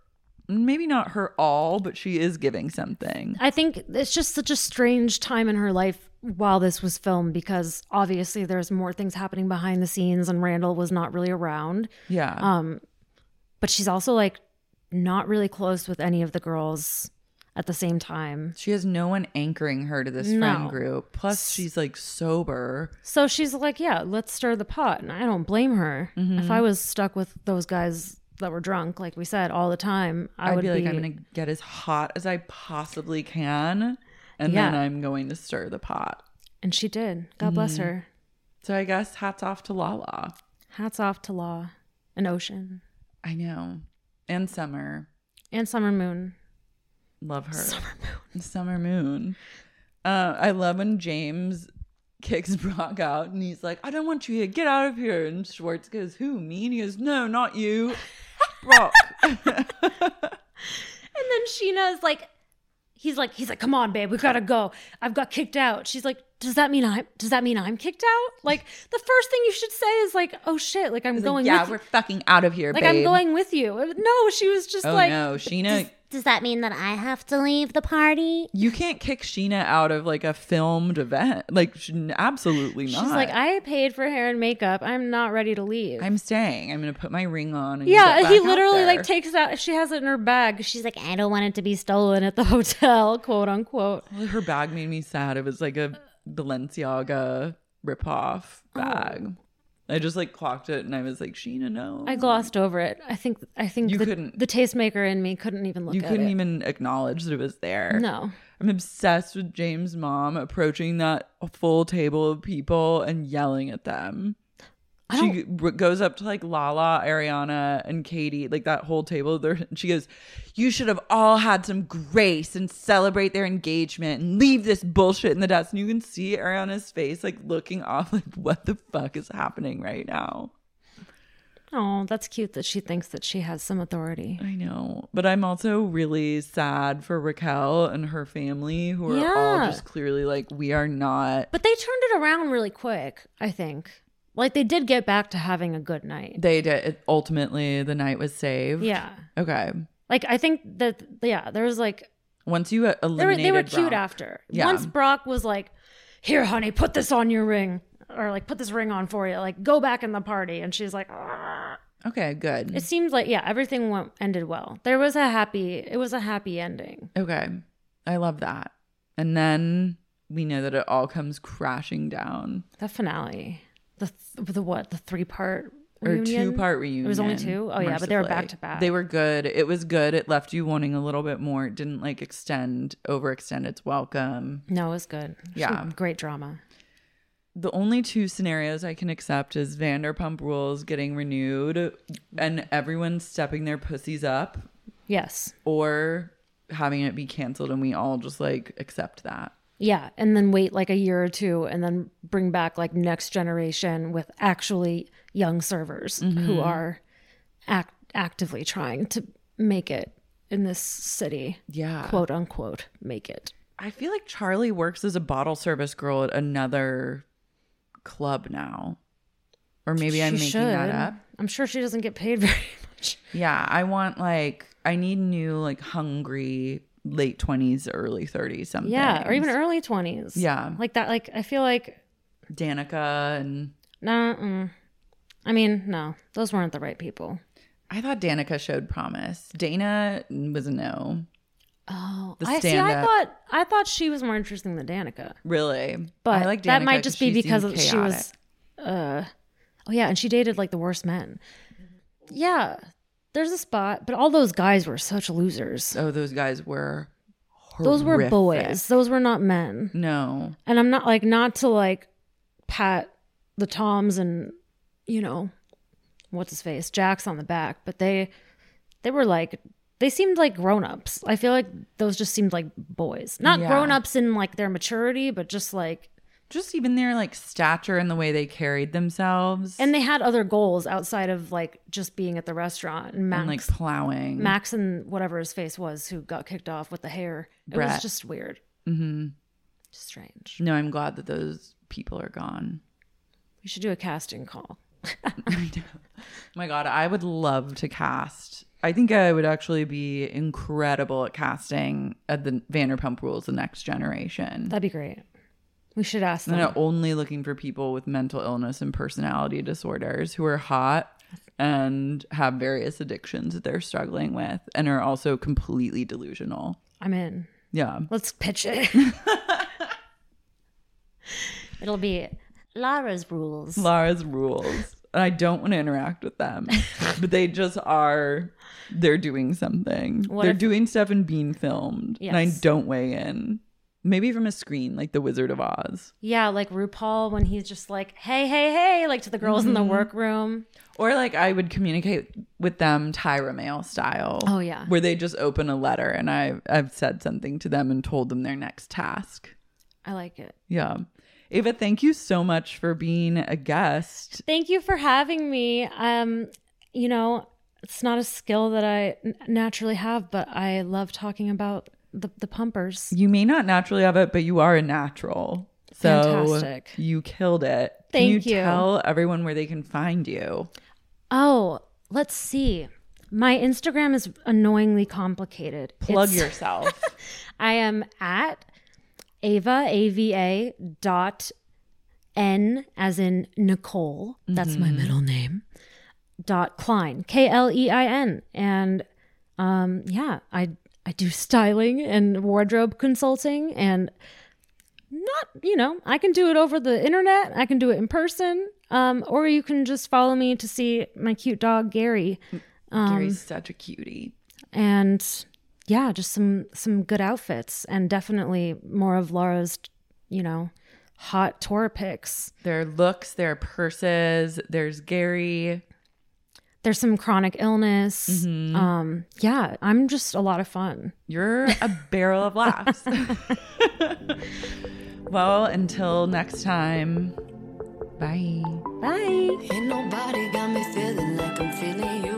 maybe not her all, but she is giving something. I think it's just such a strange time in her life while this was filmed because obviously there's more things happening behind the scenes and Randall was not really around. Yeah. Um, but she's also like not really close with any of the girls at the same time. she has no one anchoring her to this No. friend group. Plus she's like sober. So she's like, yeah, let's stir the pot. And I don't blame her. If I was stuck with those guys that were drunk, like we said, all the time, I I would would be like, I'm gonna get as hot as I possibly can and then Yeah. I'm going to stir the pot. And she did. God bless her. So I guess hats off to Lala. Hats off to Law and Ocean I know. And Summer. and Summer Moon. Love her. Summer moon. Summer moon. Uh, I love when James kicks Brock out and he's like, I don't want you here. Get out of here. And Schwartz goes, Who? Me? And he goes, No, not you. Brock. And then Sheena's like, he's like, he's like, come on, babe, we gotta go. I've got kicked out. She's like, does that mean I'm? Does that mean I'm kicked out? Like the first thing you should say is like, oh shit, like I'm He's going. like, yeah, with we're you. fucking out of here, like babe. I'm going with you. No, she was just Oh, like, no. Sheena. Does that mean that I have to leave the party? You can't kick Sheena out of like a filmed event. Like, sh- absolutely she's not. like, I paid for hair and makeup. I'm not ready to leave. I'm staying. I'm going to put my ring on. And yeah, get and he back out literally like there." takes it out. She has it in her bag. She's like, I don't want it to be stolen at the hotel, quote unquote. Her bag made me sad. It was like a Balenciaga ripoff Oh. bag. I just like clocked it and I was like, Sheena, no. I glossed over it. I think I think You the, couldn't- the tastemaker in me couldn't even look you at couldn't it. even acknowledge that it was there. No. I'm obsessed with James' mom approaching that full table of people and yelling at them. I she r- goes up to like Lala, Ariana, and Katie, like that whole table. There, and she goes, "You should have all had some grace and celebrate their engagement and leave this bullshit in the dust." And you can see Ariana's face, like looking off, like what the fuck is happening right now. Oh, that's cute that she thinks that she has some authority. I know, but I'm also really sad for Raquel and her family, who are all Yeah. just clearly like, "We are not." But they turned it around really quick, I think. Like they did get back to having a good night. They did. Ultimately, the night was saved. Yeah. Okay. Like I think that yeah, there was like Once you uh, they were, eliminated, they were cute Brock- after. Yeah. Once Brock was like, "Here, honey, put this on your ring." Or like put this ring on for you, like go back in the party, and she's like, "Argh." Okay, good. it seems like yeah, everything went ended well. There was a happy, it was a happy ending. Okay. I love that. And then we know that it all comes crashing down. That finale, the th- the what, the three part Or two part reunion. It was only two? Oh, yeah, but they were back to back. They were good. It was good. It left you wanting a little bit more. It didn't like extend, overextend its welcome. No, it was good. Some Yeah. great drama. The only two scenarios I can accept is Vanderpump Rules getting renewed and everyone stepping their pussies up Yes. or having it be canceled and we all just like accept that. Yeah, and then wait like a year or two, and then bring back like next generation with actually Mm-hmm. young servers who are act- actively trying to make it in this city, Yeah. quote unquote, make it. I feel like Charlie works as a bottle service girl at another club now. Or maybe I'm She making should. that up. I'm sure she doesn't get paid very much. Yeah, I want like I need new like hungry late 20s early 30s something. Yeah, or even early 20s. Yeah. Like that, like, I feel like, Danica and nah, mm. I mean, no, those weren't the right people. I thought Danica showed promise. Dana was a no. Oh, The I see. I stand-up. thought I thought she was more interesting than Danica, Really? but I like that Danica might just be she because seemed of- she was. Uh, oh yeah, and she dated like the worst men. Mm-hmm. Yeah, there's a spot, but all those guys were such losers. Oh, those guys were Those were horrific. boys. Those were not men. No. and I'm not like not to like pat the Toms and you know what's his face Jack's on the back, but they they were like they seemed like grown ups. I feel like those just seemed like boys, not Yeah. grown ups in like their maturity, but just like Just even their like stature and the way they carried themselves and they had other goals outside of like just being at the restaurant and Max. and like plowing. Max and whatever his face was who got kicked off with the hair. It Brett. was just weird. Mhm. Strange. No, I'm glad that those people are gone. We should do a casting call. I know. Oh My God, I would love to cast. I think I would actually be incredible at casting at the Vanderpump Rules: The Next Generation. That'd be great. We should ask them. and they're only looking for people with mental illness and personality disorders who are hot and have various addictions that they're struggling with and are also completely delusional. I'm in. Yeah. Let's pitch it. It'll be Lara's rules. Lara's rules. And I don't want to interact with them, but they just are. They're doing something. What they're if- doing stuff and being filmed. And I Yes. don't weigh in. Maybe from a screen, like The Wizard of Oz. yeah, like RuPaul when he's just like, hey, hey, hey, like to the girls in the workroom. Or like I would communicate with them Tyra Mail style. Oh, yeah. Where they just open a letter and I I've said something to them and told them their next task. I like it. Yeah. Ava, thank you so much for being a guest. Thank you for having me. Um, you know, it's not a skill that I n- naturally have, but I love talking about the, the pumpers. You may not naturally have it, but you are a natural. So Fantastic. you killed it. Thank can you, you. Tell everyone where they can find you. Oh, let's see. My Instagram is annoyingly complicated. Plug It's- yourself. I am at Ava Ava dot N as in Nicole. That's my middle name. Dot Klein K L E I N and um yeah I I do styling and wardrobe consulting and not you know I can do it over the internet I can do it in person um or you can just follow me to see my cute dog Gary um, Gary's such a cutie. and yeah just some some good outfits and definitely more of laura's you know hot tour pics Their looks, their purses, there's Gary. there's some chronic illness um yeah i'm just a lot of fun You're a barrel of laughs. well, until next time, bye. bye Ain't nobody got me feeling like I'm feeling you.